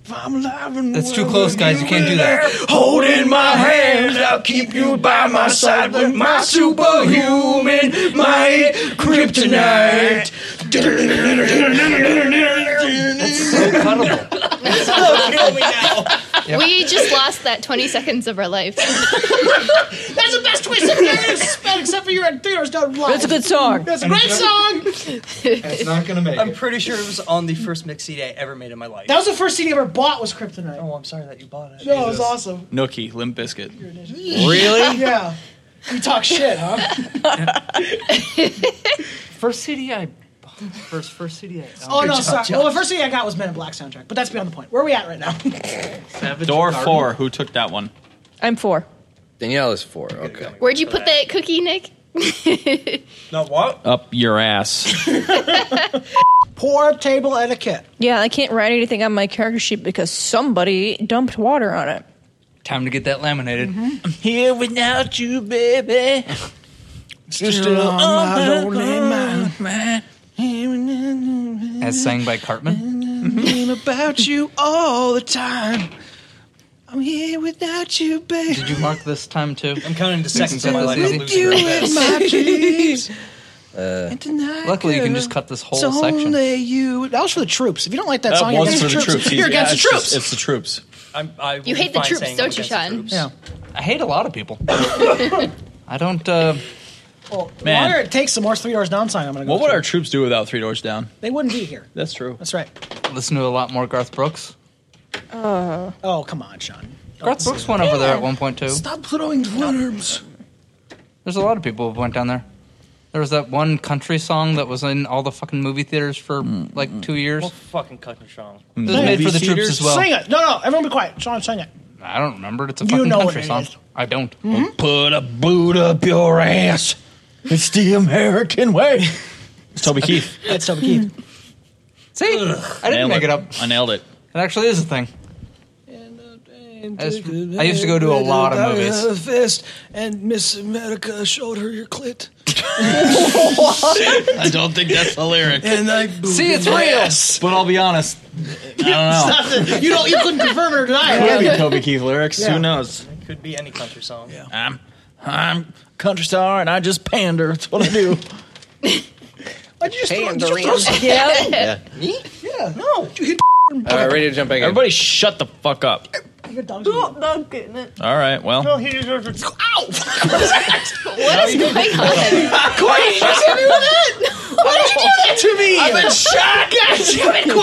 S21: If I'm alive and
S3: That's too
S21: well,
S3: close, guys. You can't do that.
S21: Holding my hands, I'll keep you by my side with my superhuman might, kryptonite. (laughs)
S4: We just lost that 20 seconds of our
S5: (laughs)
S4: life.
S1: That's the best twist in narrative spell, except for your Theodore's done live.
S3: That's a good song.
S1: That's a great song.
S3: (laughs) It's
S1: not gonna make
S3: I'm
S1: it.
S3: pretty sure it was on the first mix CD I ever made in my life.
S1: That was the first CD I ever bought was Kryptonite. Oh,
S3: I'm sorry that you bought it.
S1: No, it was awesome.
S6: Nookie, Limp Biscuit.
S1: Really? yeah. You talk shit, huh?
S3: First CD I bought. First, first CD I
S1: Oh no, sorry. Well, the first thing I got was Men in Black soundtrack, but that's beyond the point. Where are we at right
S3: (laughs)
S1: now?
S6: Door four. Who took that one?
S14: I'm
S1: (laughs)
S14: four.
S2: Danielle is four. Okay.
S4: Where'd you put that cookie, Nick?
S3: No, what?
S6: Up your
S1: (laughs)
S6: ass.
S5: (laughs)
S1: Poor table etiquette.
S14: Yeah, I can't write anything on my character sheet because somebody dumped water on it.
S10: Time to get that laminated.
S1: Mm-hmm.
S14: I'm here without you, baby.
S10: Still on my
S21: lonely mind.
S10: As sang by Cartman.
S21: Thinking about you all the time. I'm here without you, babe.
S10: Did you mark this time too? I'm
S3: counting to
S21: seconds on my life. With you in
S6: (laughs)
S21: my dreams.
S2: Uh,
S1: Tonight,
S10: Luckily, you can
S1: girl,
S10: just cut this whole
S1: it's
S10: section.
S1: only you. That was for the troops. If you don't like that,
S6: That
S1: song,
S6: was
S1: you're
S6: for the
S1: against
S6: troops. He's-
S1: You're
S6: yeah,
S1: against
S6: it's
S1: the
S6: just-
S1: troops.
S6: it's the troops.
S3: I'm, I would
S4: You hate the
S3: be fine
S4: troops,
S3: saying
S4: don't you,
S3: against the
S4: Sean?
S3: troops. I hate a lot of
S5: (laughs)
S3: people.
S10: I don't. Uh,
S1: The
S6: Man.
S1: longer it takes, the more three doors down sign I'm gonna go.
S6: What would
S1: through.
S6: our troops do without Three Doors Down?
S1: They wouldn't be here.
S6: That's true.
S1: That's right.
S10: listen to a lot more Garth Brooks.
S1: Oh. Oh come on, Sean.
S10: Garth Brooks went over there at one point too.
S1: Stop throwing worms.
S10: There's a lot of people who went down there. There was that one country song that was in all the fucking movie theaters for
S6: Mm.
S10: like two years.
S3: Well, fucking country song.
S10: It was made for the troops as well.
S1: Sing it. No, no. Everyone be quiet. Sean, sing it.
S10: I don't remember. It's a
S1: You
S10: fucking
S1: know
S10: country
S1: what it
S10: song.
S1: is.
S10: I don't.
S21: Put a boot up your ass. It's the American
S10: (laughs)
S21: way.
S6: It's Toby Keith.
S1: That's Toby Keith.
S10: See, I didn't
S6: Nailed
S10: make
S6: it.
S10: it up.
S6: I nailed it.
S10: It actually is a thing.
S30: I just- I used to go to a lot of movies.
S1: Fist and Miss America showed her your clit.
S6: I don't think that's the lyric.
S1: And I
S6: See, it's real. But I'll be honest. I don't know.
S5: you don't. You couldn't confirm or deny
S6: Could be
S5: it.
S6: Toby Keith lyrics.
S5: Yeah.
S6: Who knows?
S5: It could be any country song. Yeah.
S6: I'm I'm a country star and I just pander. That's what I do.
S5: Why'd you just throw, did (laughs)
S6: Pandering.
S5: you just throw some-
S6: Yeah.
S5: (laughs) Me? Yeah. No. You hit
S2: All right, ready to jump back in.
S6: Everybody, shut the fuck up.
S5: (laughs) your dog's Oh, no, getting it.
S6: All right. Well,
S5: he deserves it. Ow! (laughs) What is that?
S4: What is going on?
S5: Courtney, you hit me with that? Why did you do that to me? (laughs) God
S6: I'm in shock.
S5: damn it,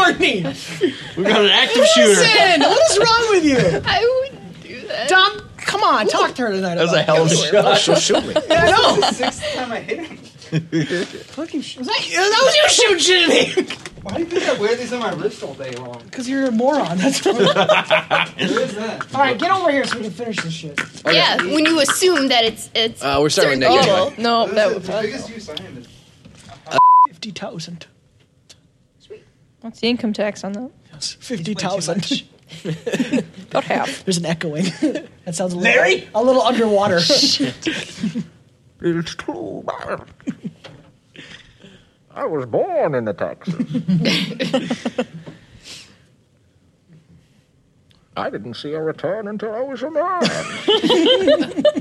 S5: Courtney.
S6: we got an active shooter.
S5: Listen, what is wrong with you?
S4: I wouldn't do that.
S5: Dom, come on, talk to her tonight.
S6: That was
S5: about
S6: a hell of a
S5: this.
S6: shot. She'll shoot me.
S5: Yeah, I know.
S10: This is the sixth time I hit him.
S5: Fucking sh- was that, that was you shooting shit at me.
S10: Why do you think I wear these on my wrist all day long?
S5: Because you're a moron. That's what.
S10: Where is that?
S5: All right, get over here so we can finish this shit.
S4: Yeah, when you assume that it's it's.
S2: Uh, we're starting with
S4: certain
S2: negative.
S4: people.
S31: No,
S5: that
S31: was
S5: the
S31: biggest
S5: use I had. Fifty thousand.
S31: What's the income tax on that?
S5: Fifty thousand.
S31: About half.
S5: There's an echoing. (laughs) that sounds a little, Larry? a little underwater. (laughs)
S7: It's true. I was born in the Texas. I didn't see a return until I was a man.